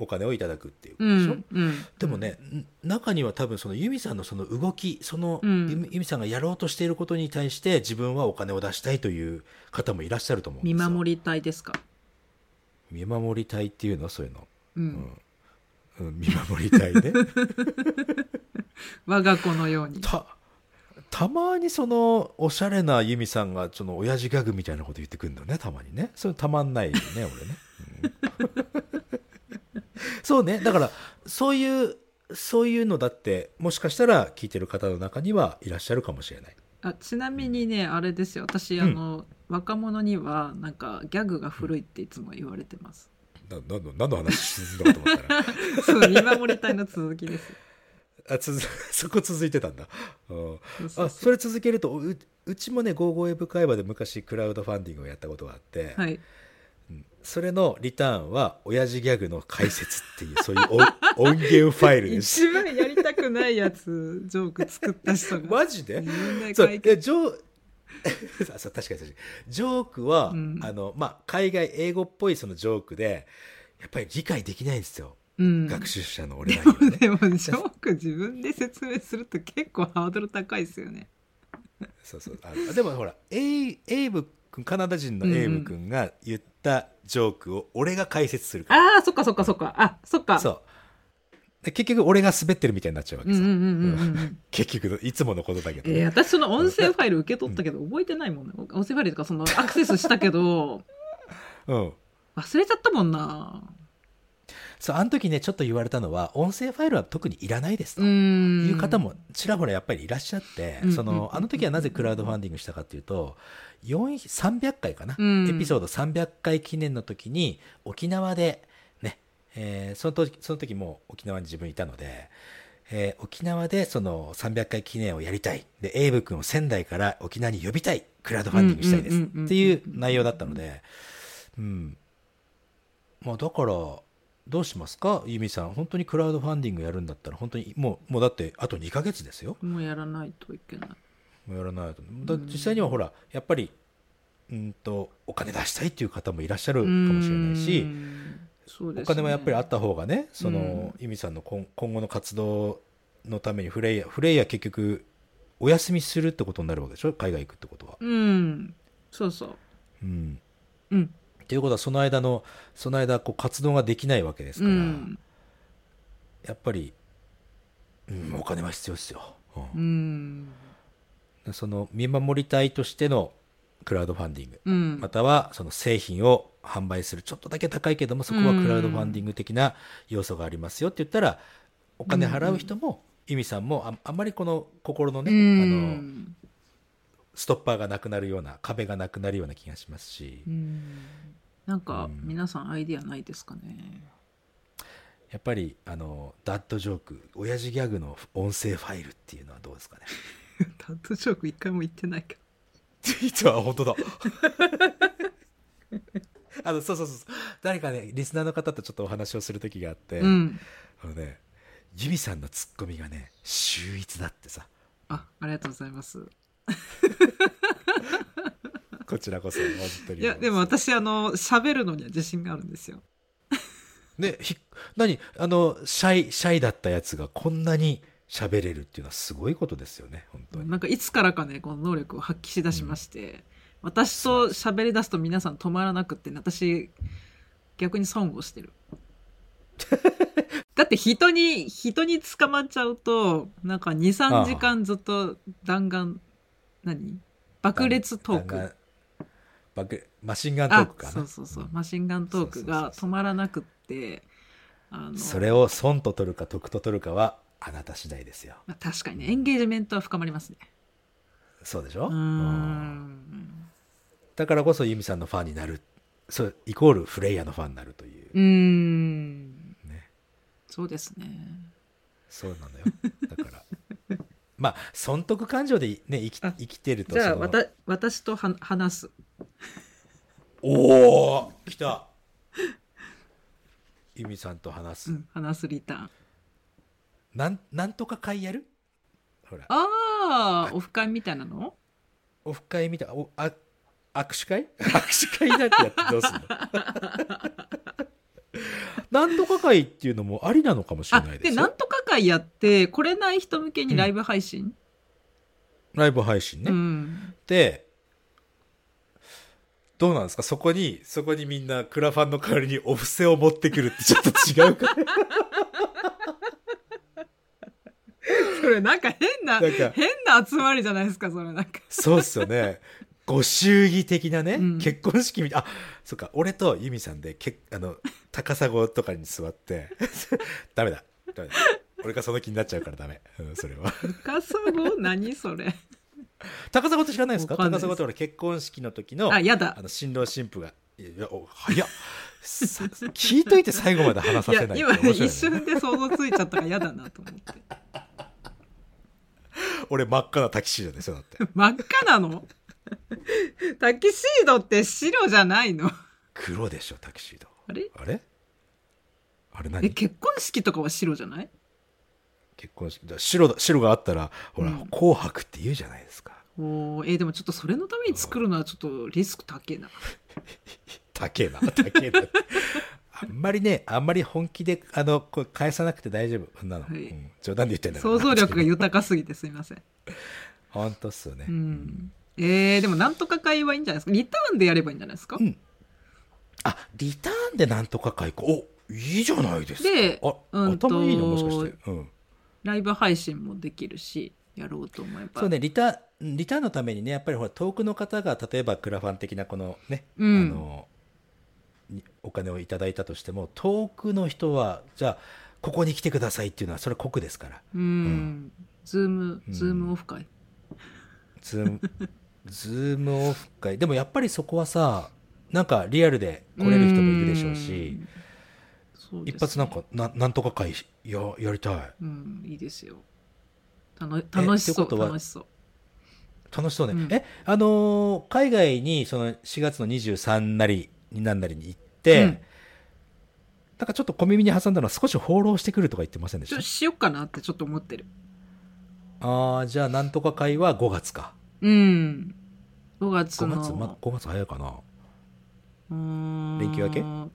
A: お金をいただくっていうこ
B: う
A: とでしょ、
B: んうん
A: でもね、中には多分そのユミさんのその動きその
B: うん
A: ユミユミさんがやろうとしていることに対して自分はお金を出したいという方もいらっしゃると思うんで
B: 見
A: すよ
B: 守り隊ですか
A: 見守り隊っていうのそういうの、
B: うん
A: うんうん、見守り隊 ね
B: 我が子のように
A: たたまにそのおしゃれなユミさんがその親父ギャグみたいなこと言ってくるんだよねたまにねそれたまんないよね俺ね、うん そうねだからそういうそういうのだってもしかしたら聞いてる方の中にはいらっしゃるかもしれない
B: あちなみにねあれですよ私
A: うん
B: あの、若者にはなんかギャグが古いっていつも言われて ます。
A: な何の何の話進んだかと思ったら
B: そう見守り隊の続きです。
A: あつづそこ続いてたんだ、うん
B: そうそう
A: あそれ続けるとううちもね「ゴーゴーエブ会話」で昔クラウドファンディングをやったことがあって、
B: はい。
A: それのリターンは親父ギャグの解説っていうそういうお音源ファイルです
B: 一番やりたくないやつジョーク作った人が。
A: マジ
B: み
A: で
B: んな
A: そう
B: 解
A: い
B: 決
A: やジョー あそう確かに確かにジョークは、
B: うん
A: あのまあ、海外英語っぽいそのジョークでやっぱり理解できないんですよ、
B: うん。
A: 学習者の俺らにはね
B: でもジョーク自分で説明すると結構ハードル高いですよね。
A: そうそうあのでもほらエイエイブ君カナダ人のエイブ君が言ったジョークを俺が解説するから
B: ああそっかそっかそっかあそっか。
A: そうで結局俺が滑ってるみたいになっちゃうわけ
B: うん
A: さ、
B: うんうんうんうん。
A: 結局いつものことだけど、
B: えー、私その音声ファイル受け取ったけど覚えてないもんね音声ファイルとかそのアクセスしたけど
A: うん
B: 忘れちゃったもんな
A: そうあの時ねちょっと言われたのは音声ファイルは特にいらないですと、
B: うーん
A: いう方もちらほらやっぱりいらっしゃって、
B: うん
A: そ
B: うんうんうん
A: のあの時はなぜクラウドファンディングしたかっていうと4 300回かな、
B: うん
A: エピソード300回記念の時に沖縄でね、えーその時その時もう沖縄に自分いたので、えー沖縄でその300回記念をやりたいでエイブ君を仙台から沖縄に呼びたいクラウドファンディングしたいです
B: うんうんうんうんうん
A: っていう内容だったので、うんまあ、だからどうしますかユミさん本当にクラウドファンディングやるんだったら本当にもうもうだってあと2ヶ月ですよ
B: もうやらないといけない
A: もうやらないとだ実際にはほらやっぱりうんとお金出したいっていう方もいらっしゃるかもしれないし、
B: うーんそうですね
A: お金もやっぱりあった方がねその、
B: うん
A: ユミさんの今今後の活動のためにフレイヤーフレイヤー結局お休みするってことになるわけでしょ海外行くってことは。
B: うんそうそう
A: うん、
B: うん
A: ということはその間のその間こう活動ができないわけです
B: う
A: から、
B: ん
A: やっぱり、うん、お金は必要ですよ。うん
B: うん
A: その見守り隊としてのクラウドファンディング、
B: うん
A: またはその製品を販売するちょっとだけ高いけどもそこはクラウドファンディング的な要素がありますよって言ったらお金払う人も、ユミさんもああんまりこの心のね、あの
B: ん
A: ストッパーがなくなるような壁がなくなるような気がしますし、
B: うんなんか
A: うん
B: 皆さんアイディアないですかね
A: やっぱりあのダッドジョーク親父ギャグの音声ファイルっていうのはどうですか ね
B: タントショーク一回も言ってないけど
A: 実は本当だ あのそうそうそうそう誰かねリスナーの方とちょっとお話をする時があって、
B: うん
A: あのね、ユミさんのツッコミがね、秀逸だってさ、
B: あありがとうございます
A: こちらこそ、本当に
B: いやでも。私あの喋るのには自信があるんですよ。
A: ね、ひ、何、あの、シャイ、シャイだったやつがこんなに喋れるっていうのはすごいことですよね、本当に。
B: なんかいつからかねこの能力を発揮しだしまして、私と喋り出すと皆さん止まらなくって、ね、私逆に損 をしてる。だって人に人に捕まっちゃうとなんか
A: ああ
B: 23時間ずっと弾丸何爆裂トー
A: 弾
B: ク
A: 丸。爆マシンガントー
B: あ
A: クかな。
B: そうそうそうマシンガントークが止まらなくってあの
A: それを損と取るか得と取るかは、あなた次第ですよ。
B: まあ、確かにねエンゲージメントは深まりますね。
A: そうでしょ
B: うー
A: うん
B: ん
A: だからこそユミさんのファンになる。そう、イコールフレイヤーのファンになるという。
B: うーん
A: ね。
B: そうですね。
A: そうなのよ。だから。 まあ、損得感情でね、生き
B: あ
A: 生きてると
B: じゃ
A: そ
B: あ
A: の
B: わた私とは話す。
A: おお来たゆみさんと話す。
B: うん話すリターン。
A: なん、なんとか会やるほら。
B: ああオフ会みたいなの
A: オフ会みたい。おあ握手 会握手会なんてやってどうすんの なんとか会っていうのもありなのかもしれ
B: あ
A: ないで
B: ですな
A: よ
B: ん。とか会やって来れない人向けにライブ配信、
A: ライブ配信ね。
B: うん
A: で、どうなんですかそこに、そこにみんなクラファンの代わりにお布施を持ってくるってちょっと違うか
B: それなんか変な
A: なんか
B: 変な集まりじゃないですかそれなんか。
A: そうっすよね。ご祝儀的なね、
B: うん
A: 結婚式みたい、あ、そっか、俺とユミさんで、けあの、高砂とかに座って、 ダメだ、ダメだ。俺がその気になっちゃうからダメ。うん、それは。
B: 深さご何それ。
A: 高砂って知らないですか
B: わかんな
A: 高
B: いです
A: 砂ってほら結婚式の時の
B: あやだ
A: あの新郎新婦がいやいやお早っさ聞いといて最後まで話さ
B: いや
A: せない
B: 今
A: って面白いね
B: 一瞬で想像ついちゃったから嫌だなと思って
A: 俺真っ赤なタキシードですよだって
B: 真っ赤な のタキシードって白じゃないのあ
A: 黒でしょタキシード
B: れ
A: あれあれ
B: え
A: 何
B: 結婚式とかは白じゃない
A: 結婚式だから白だ白があったらほら、
B: うん
A: 紅白って言うじゃないですか
B: おーえーでもちょっとそれのために作るのはちょっとリスク高 えな
A: 高えな高えな あんまりねあんまり本気であのこれ返さなくて大丈夫こんなの、
B: はい
A: うん冗談で言ってんだから
B: 想像力が豊かすぎてすいません
A: 本当っすよね、
B: うんえー、でもなんとか会はいいんじゃないですかリターンでやればいいんじゃないですか、
A: うんあリターンでなんとか解雇おいいじゃないですか
B: で
A: あ、
B: うんと
A: 頭いいのもしかして、うん、
B: ライブ配信もできるしやろうと思えば
A: そうねリターンリターンのためにねやっぱりほら遠くの方が例えばクラファン的なこのね、
B: うん
A: あのにお金をいただいたとしても遠くの人はじゃあここに来てくださいっていうのはそれは国ですから
B: うん、ズームズームオフ会、
A: ズームズームオフ会でもやっぱりそこはさなんかリアルで来れる人もいるでしょうし
B: んそうですね
A: 一発なんかななんとか会ややりたい
B: うんいいですよ楽楽
A: え
B: しそ
A: ってこと
B: う
A: は
B: 楽しそう
A: 楽しそうね、
B: うん
A: えあのー海外にその4月の23なりになんなりに行って、
B: うん
A: なんかちょっと小耳に挟んだのは少し放浪してくるとか言ってませんで
B: ち
A: し
B: ょ
A: た
B: しよっかなってちょっと思ってる
A: ああじゃあなんとか会は5月か
B: うん5月
A: 5
B: の
A: 月、ま、5月早いかな
B: うーん
A: 連休明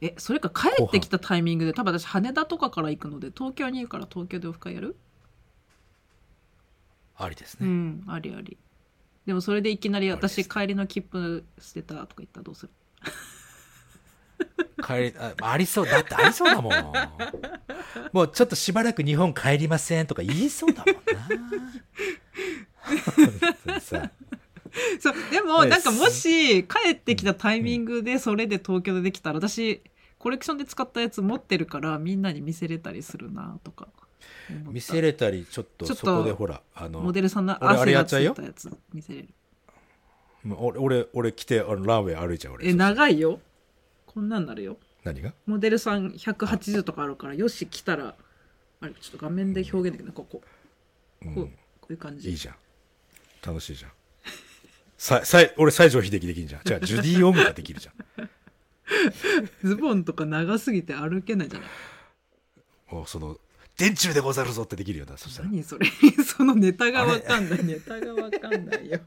A: け
B: えそれか帰ってきたタイミングで多分私羽田とかから行くので東京にいるから東京でオフ会やる
A: ありです
B: う
A: ね、
B: んありありでもそれでいきなり
A: ありですね
B: 私帰りの切符捨てたとか言ったらどうする
A: 帰りあありそうだってありそう だもんもうちょっとしばらく日本帰りませんとか言いそうだもんな本当にさ
B: そうでも
A: ね
B: なんかもし帰ってきたタイミングでそれで東京でできたら私コレクションで使ったやつ持ってるからみんなに見せれたりするなとか思った
A: 見せれたりちょっと
B: ちょっ
A: そ
B: と
A: こでほらあの
B: モデルさんの
A: 俺あれや
B: 汗が
A: っ
B: つ
A: ちゃうよ
B: いたやつ見せれる
A: もう俺俺俺来てあのランウェイ歩いちゃう俺
B: え長いよこんなんなるよ
A: 何が
B: モデルさん180とかあるからよし来たらあれちょっと画面で表現できないここ
A: う
B: こうこ
A: ん、
B: ういう感じ
A: いいじゃん楽しいじゃん ささ俺西城秀樹できんじゃんじゃあジュディ・オングができるじゃん
B: ズボンとか長すぎて歩けないじゃない
A: もうその「電柱でござるぞ」ってできるよなそしたら
B: 何それ そのネタがわかんないネタがわかん ないよ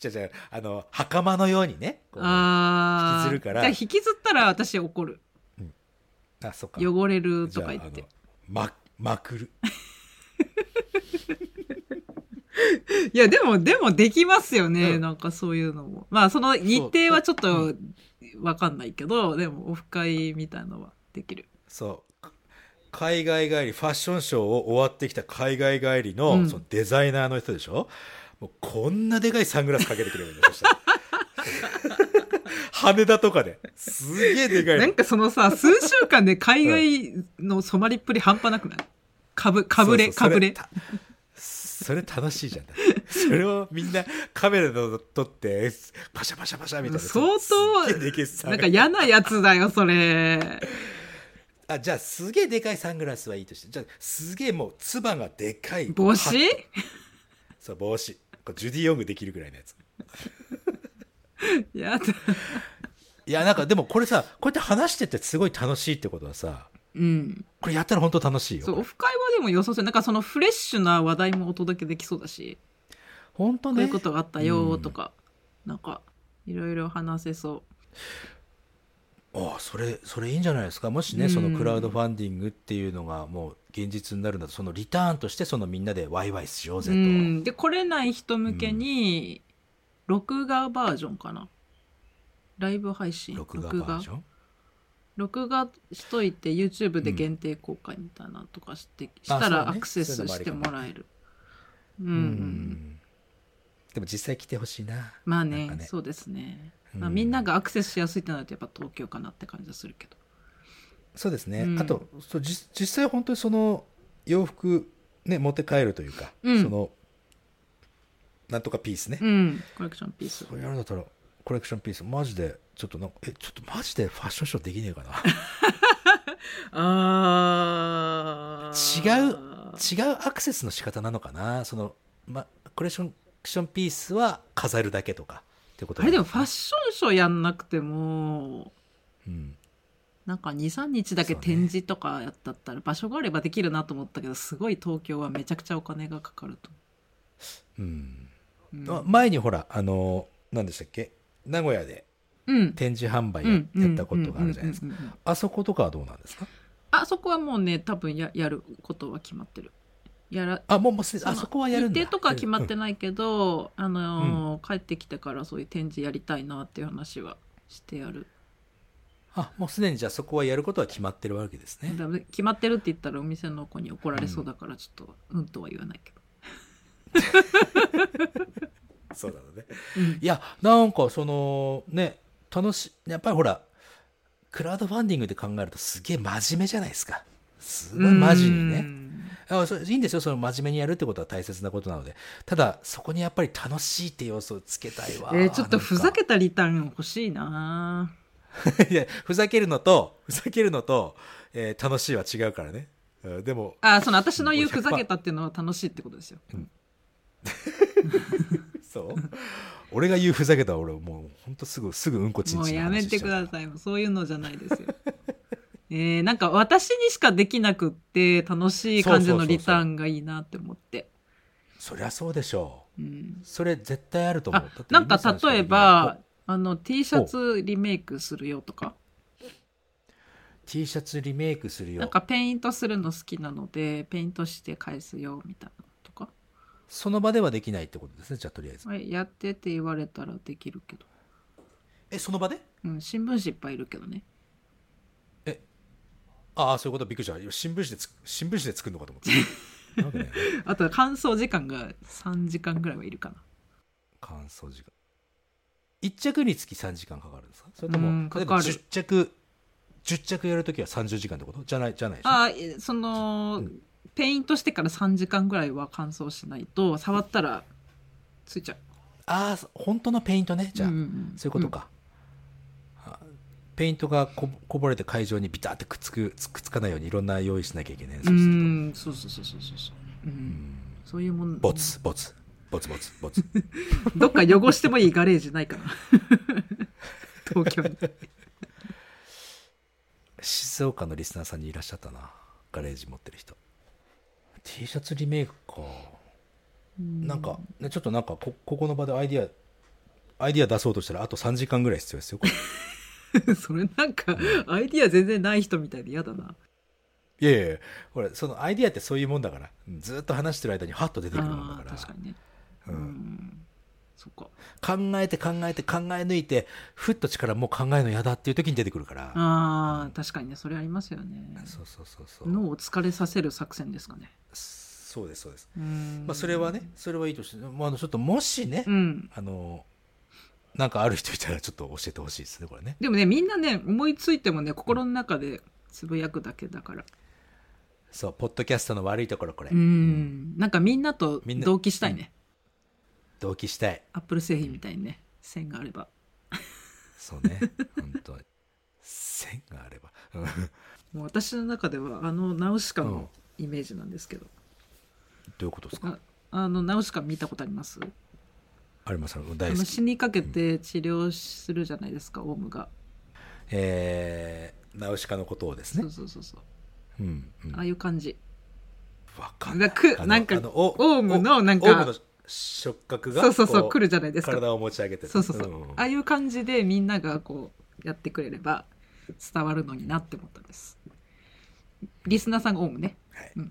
A: じゃあじゃああの袴のようにねこうあ
B: ああ
A: 引きずるから
B: じゃあ引きずったら私怒る
A: そっか
B: 汚れると
A: じゃあ
B: か
A: あ
B: 言って
A: のままくる
B: いやでもでもできますよね、
A: うん
B: なんかそういうのもまあその日程はちょっとわかんないけどでもオフ会みたいのはできる
A: そう海外帰りファッションショーを終わってきた海外帰りの,、
B: うん
A: そのデザイナーの人でしょもうこんなでかいサングラスかけてくれるんだよそ したら羽田とかですげえでかいの
B: なんかそ のさ、数週間で海外の染まりっぷり半端なくないかぶ、かぶれ、
A: そうそう
B: かぶれ。
A: そたそれ楽しいじゃんだってそれをみんなカメラで撮ってパシャパシャパシャみたいな
B: 相当
A: すっげえでけえサン
B: な
A: グラ
B: んか
A: ス
B: 嫌なやつだよ、それ。
A: あじゃあすげえでかいサングラスはいいとしてじゃあすげえもうつばがでかい
B: 帽子
A: そう帽子これジュディ・ヨングできるぐらいのやつ
B: やだ。
A: いやなんかでもこれさこうやって話しててすごい楽しいってことはさ
B: うん。
A: これやったら本当楽しいよ
B: そう、オフ会はでも予想する。なんかそのフレッシュな話題もお届けできそうだし、
A: 本当
B: こうい
A: ね
B: うことがあったよとか、なんか、いろいろ話せそ
A: ああそれそれいいんじゃないですかもしね、
B: うん
A: そのクラウドファンディングっていうのがもう現実になるんだとそのリターンとしてそのみんなでワイワイしよう
B: う。
A: ぜ
B: う
A: と、
B: ん。で、来れない人向けに、録画バージョンかな。ライブ配信。
A: 録画バージョン
B: 録画しといて YouTube で限定公開みたいなのとかして、
A: あ
B: した
A: そう
B: ら
A: ね
B: アクセ
A: そういうの
B: ス
A: もあ
B: し
A: り
B: て
A: かも
B: もらえるうん、
A: う
B: うん
A: んでも実際来てほしいな
B: まあ
A: なん
B: ね
A: かね
B: そうですね、
A: うん
B: まあ、みんながアクセスしやすいってなるとやっぱ東京かなって感じはするけど
A: そうですね、
B: うん
A: あとそうじ実際本当にその洋服ね持って帰るというか、
B: うん
A: そのなんとかピースね、
B: うん、コレクションピース
A: こ。れやるんだったらコレクションピースマジでちょっとなんかえちょっとマジでファッションショーできねえかな
B: あ
A: 違う違うアクセスの仕方なのかなその、ま、コレクションクションピースは飾るだけとかってこと
B: あれでもファッションショーやんなくても
A: うん、
B: なんか23日だけ
A: そうね
B: 展示とかやったったら場所があればできるなと思ったけどすごい東京はめちゃくちゃお金がかかると。
A: うん
B: うん
A: ま前にほらあの何でしたっけ名古屋で
B: うん
A: 展示販売
B: う
A: や
B: ん
A: やったことがあるじゃないですか
B: うんうんうんうん
A: あそことかはどうなんですか
B: あそこはもうね多分ややることは決まってるやら
A: あもうもうすで
B: の
A: あそこはやるんだ
B: 日程とかは決まって
A: うん
B: ないけど、あのー帰ってきてからそういう展示やりたいなっていう話はしてやる
A: あもうすでにじゃあそこはやることは決まってるわけですね
B: だめ決まってるって言ったらお店の子に怒られそうだからちょっとうんとは言わないけど、
A: そうだろうね
B: うん
A: いやなんかそのね楽しいやっぱりほらクラウドファンディングで考えるとすげえ真面目じゃないですかすごいマジに
B: う
A: ね
B: ん
A: あそれいいんですよその真面目にやるってことは大切なことなのでただそこにやっぱり楽しいって要素をつけたいわ
B: えーちょっとふざ
A: なんか
B: けたリターン欲しいな い
A: やふざけるのとふざけるのと、えー楽しいは違うからねうんでも
B: あその私の言う
A: もう100%
B: ふざけたっていうのは楽しいってことですよ、
A: そう俺が言うふざけたら俺もうほんとすぐすぐうんこちんち
B: も
A: の
B: う
A: 話
B: やめ
A: し
B: て
A: ちゃ
B: く
A: うから
B: ださいもうそういうのじゃないですよ えーなんか私にしかできなくって楽しい感じのリターンがいいなって思って
A: そりゃそうでしょ
B: うん
A: うそれ絶対あると思う
B: あ
A: だって
B: なん
A: 皆
B: か
A: さし
B: 例
A: でき
B: え
A: ない
B: ばあの T シャツリメイクするよとか
A: T シャツリメイクするよ
B: なんかペイントするの好きなのでペイントして返すよみたいなのとか、
A: その場ではできないってことですねじゃあとりあえず
B: はい、やってって言われたらできるけど、
A: えその場で
B: うん、新聞紙いっぱいいるけどね
A: ああそういうことびっくりした新聞紙でつ新聞紙で作るのかと 思ってなんかね
B: あと乾燥時間が3時間ぐらいはいるかな
A: 乾燥時間1着につき3時間かかるんですかそれと
B: う
A: も
B: ん
A: 例えば
B: かかる
A: 10着10着やるときは30時間ってことじゃないじゃないでしょ
B: あーえその、
A: うん
B: ペイントしてから3時間ぐらいは乾燥しないと触ったらついちゃう
A: ああ本当のペイントねじゃあ、
B: んんん
A: そういうことか、あペイントがこぼこぼれて会場にビタってくっつくつくっつかないようにいろんな用意しなきゃいけないね
B: う
A: そうすると
B: んそうそうそうそうそうそう、う、
A: うんん
B: そういうもん
A: ボツボツボツボツボツ
B: どっか汚してもいいガレージないかな 東京に
A: 静岡のリスナーさんにいらっしゃったなガレージ持ってる人 T シャツリメイクかなんか、ね、ちょっとなんかこここの場でアイディアアイディア出そうとしたらあと3時間ぐらい必要ですよこ れ
B: うん それなんかアイディア全然ない人みたいで嫌だない
A: やいやいやほらそのアイディアってそういうもんだからうんずーっと話してる間にハッと出てくるもんだ
B: あ
A: か
B: ー
A: ら
B: 確かにね
A: う
B: うんん、そっか
A: 考えて考えて考え抜いてふっと力もう考えるの嫌だっていう時に出てくるから
B: あー確かにねそれありますよね
A: そうそうそうそう
B: 脳を疲れさせる作戦ですかね
A: そうですそうです、
B: うん
A: まあ、それはねそれはいいとして、まあ、あのちょっともしね、
B: うん
A: あのなんかある人いたらちょっと教えてほしいですねこれね
B: でもねみんなね思いついてもね心の中でつぶやくだけだから
A: そうポッドキャストの悪いところこれ、
B: うんなんかみんなと
A: みんな
B: 同期したいね
A: 同期したい
B: アップル製品みたいにね線があれば
A: そうね本当に線があればうん
B: もう私の中ではあのナウシカ
A: うん
B: のイメージなんですけど、
A: どういうことですか
B: ああのナウシカ見たことあります
A: ありますあの
B: あ
A: 大好
B: の
A: き
B: 死にかけて治療するじゃないですか、オウムが
A: えー、ナウシカのことをです
B: そ
A: ね
B: うそうそうそう
A: うんうん
B: ああいう感じ
A: わかんない
B: がく
A: あの
B: なんか
A: あのお
B: オウムのなんか
A: オウムの触覚が
B: そうそうそう
A: こ
B: 来るじゃないですか
A: 体を持ち上げて
B: そうそうそう、
A: んん
B: ああいう感じでみんながこうやってくれれば伝わるのになって思ったんですリスナーさんがオウムね
A: はい
B: うん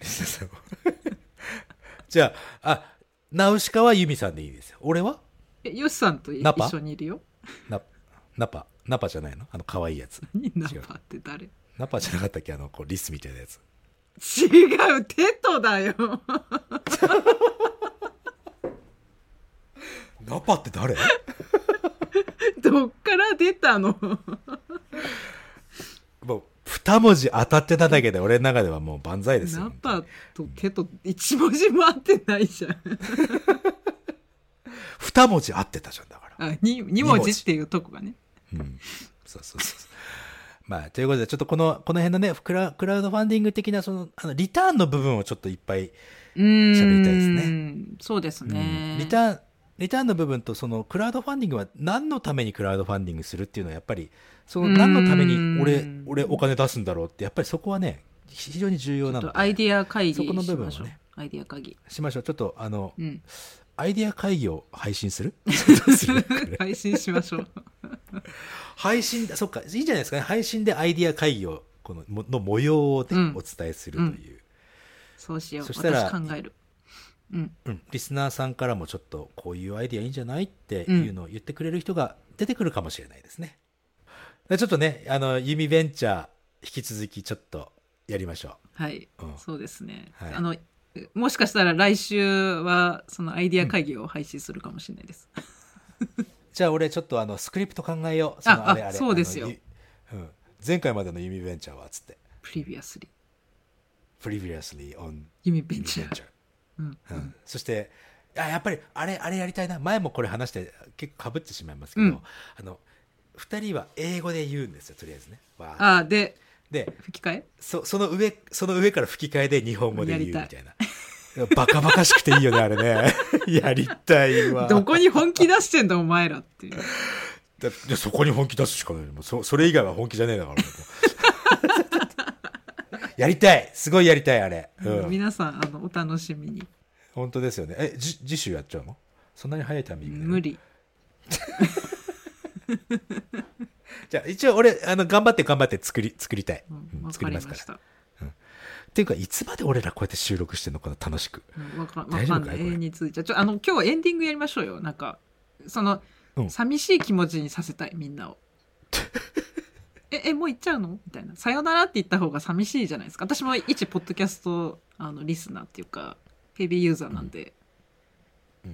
A: じゃああナウシカはユミさんでいいですよ俺は
B: えヨシさんとい
A: ナパ
B: 一緒にいるよ
A: ナナパナパじゃないのあの可愛いやつ
B: 何ナ
A: 違う
B: パって誰違
A: ナパじゃなかったっけあのこうリスみたいなやつ
B: うテトだよ
A: ナパって誰
B: どっから出たの
A: もう二文字当たってただけで俺の中ではもう万歳ですよ
B: ナパとテト一文字も合ってないじゃん
A: 二文字合ってたじゃんだから。
B: あに2文字っていうとこがね
A: うん。そうそうそうそう。まあ、ということで、ちょっとこの、この辺のね、クラクラウドファンディング的な、その、あの、リターンの部分をちょっといっぱい、
B: うーん
A: 喋りたいです
B: そうです
A: う
B: ね
A: ん、リターン、リターンの部分と、その、クラウドファンディングは何のためにクラウドファンディングするっていうのは、やっぱり、その、何のために
B: う
A: 俺
B: ーん、
A: 俺お金出すんだろうって、やっぱりそこはね、非常に重要
B: ちょ
A: な
B: っ
A: の
B: とアイ
A: で、
B: ディア会議
A: そこの部
B: し
A: 分は
B: ま
A: ね
B: しょうアイディア会議
A: しましょう。ちょっと、あの、
B: うん
A: アイディア会議を配信す る
B: 配信しましょう
A: 配信そっかいいんじゃないですかね配信でアイディア会議をこのもの模様をね、
B: うん
A: お伝えするという、
B: そうしよう
A: そしたら
B: 私考えるうん
A: うんリスナーさんからもちょっとこういうアイディアいいんじゃないっていうのを言ってくれる人が出てくるかもしれないですね、でちょっとねあの弓ベンチャー引き続きちょっとやりましょ
B: はい、
A: うん
B: そうですね、
A: はい
B: あのもしかしたら来週はそのアイディア会議を配信するかもしれないです、
A: うじゃあ俺ちょっとあのスクリプト考えようその
B: あ
A: あれ
B: あ
A: あれ
B: そうですよ
A: あのいうん、前回までの弓ベンチャーはつって
B: プレビアスリー
A: previously on
B: 夢ベンチャー
A: Adventure
B: うん
A: うんそしてあやっぱりあれあれやりたいな前もこれ話して結構かぶってしまいますけど、
B: うん
A: あの2人は英語で言うんですよとりあえずねわー
B: ああで
A: で
B: 吹き替え
A: そその上その上から吹き替えで日本語で言うみた
B: や
A: い
B: りた
A: なバカバカしくていいよねあれね やりたいわ
B: どこに本気出してんだお前らっていう
A: だってそこに本気出すしかないもうそそれ以外は本気じゃねえだからも うやりたいすごいやりたいあれ、うん、
B: 皆さんあのお楽しみに
A: 本当ですよねえじ次週やっちゃうのそんなに早いタイミングで
B: 無理
A: じゃあ一応俺あの頑張って頑張って作り作りたい、
B: う
A: うんん
B: わ
A: 作
B: か
A: り
B: り
A: ま
B: ます
A: から
B: した
A: っていうかいつまで俺らこうやって収録してんのかな楽しく
B: うんわかわ
A: 大丈夫
B: かん
A: か
B: ないい永
A: これ
B: 遠に続いちゃうちょあの今日エンディングやりましょうよなんかその、
A: うん
B: 寂しい気持ちにさせたいみ んなをええもう行っちゃうのみたいな「さよなら」って言った方が寂しいじゃないですか私も一ポッドキャストあのリスナーっていうかヘビーユーザーなんで、
A: ま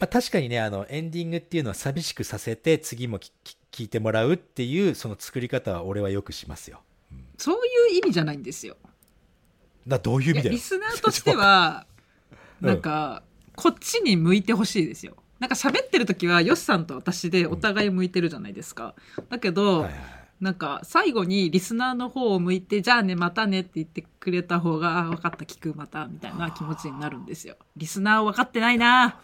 A: あ確かにねあのエンディングっていうのは寂しくさせて次もきき聞いてもらうっていうその作り方は俺はよくしますよ
B: そういう意味じゃないんですよ
A: だどういう意
B: いや
A: 味だよ
B: リスナーとし ては
A: うん
B: なんか、こっちに向いてほしいですよなんか喋ってる時はよしさんと私でお互い向いてるじゃないですか、だけ
A: は
B: ど、
A: いはいはい
B: なんか最後にリスナーの方を向いて「じゃあねまたね」って言ってくれた方が「あ分かった聞くまた」みたいな気持ちになるんですよ。リスナーを分かってないな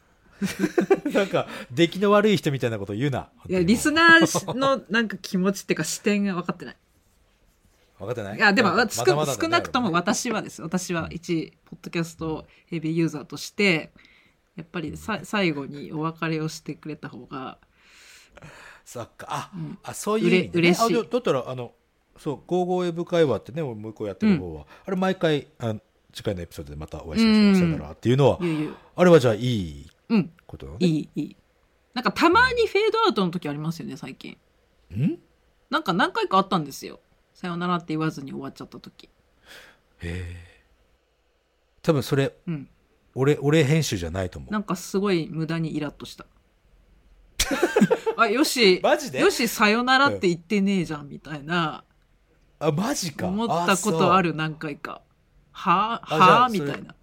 A: なんか出来の悪い人みたいなこと言うない
B: やリスナーのなんか気持ちっていうか視点が分かってない。
A: 分かってない
B: いやでも
A: まだ
B: 少
A: まだまだだね
B: 少なくとも
A: 俺
B: 私はです私は一ポッドキャストヘビーユーザーとしてやっぱりさ最後にお別れをしてくれた方が
A: そっかあ,、
B: うん
A: あそういう意味で、
B: うれ嬉しい
A: あでもだったらあのそう「ゴーゴーエブ会話」ってね俺もう一個やってる方は、あれ毎回あの次回のエピソードでまたお会いしましょ
B: う
A: うんさよならっていうのは
B: ゆうゆう
A: あれはじゃあいい
B: うん
A: ことなの
B: い
A: ね
B: いいいなんかたまにフェードアウトの時ありますよね最近
A: ん
B: なんか何回かあったんですよさよならって言わずに終わっちゃった時
A: へえ多分それ
B: うん
A: 俺俺編集じゃないと思
B: な
A: うん
B: かすごい無駄にイラッとした あよし
A: マジで
B: よしさよならって言ってねえじゃんみたいな
A: あマジか
B: 思ったことある何回かはあ
A: あじゃ
B: はあ
A: あそ
B: み
A: れ
B: たいな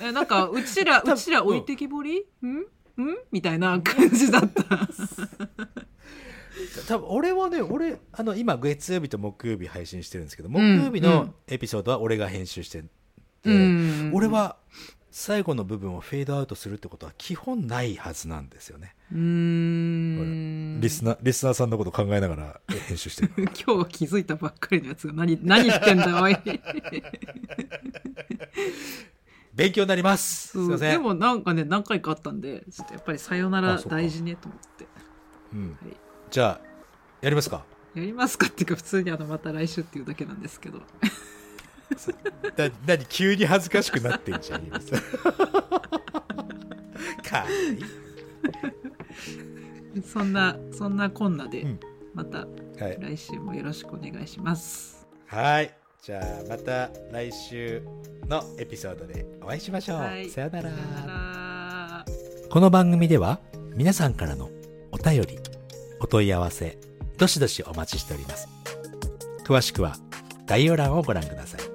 B: えなんかうち ら
A: 多分
B: うちら置いてきぼり、うんうんみたいな感じだった
A: そう多分俺はね俺あの今月曜日と木曜日配信してるんですけど木
B: ん
A: 曜日のエピソードは俺が編集してて、
B: うん
A: 俺は最後の部分をフェードアウトするってことは基本ないはずなんですよね、
B: うーん
A: リスナーリスナーさんのこと考えながら え編集してる
B: 今日気づいたばっかりのやつが何何言ってんだおい
A: 勉強になりますすい
B: そう
A: ません
B: でもなんかね何回かあったんでちょっとやっぱりさよなら
A: あそうか
B: 大事ねと思って
A: うん
B: はい
A: じゃあやりますか
B: やりますかっていうか普通にあのまた来週っていうだけなんですけど
A: な何急に恥ずかしくなってんじゃん今 かわいい
B: そんなそんなこんなで、
A: うん
B: また
A: はい、
B: 来週もよろしくお願いします。
A: はいじゃあまた来週のエピソードでお会いしましょう、
B: はい
A: さよなら
B: さよなら
A: この番組では皆さんからのお便りお問い合わせどしどしお待ちしております詳しくは概要欄をご覧ください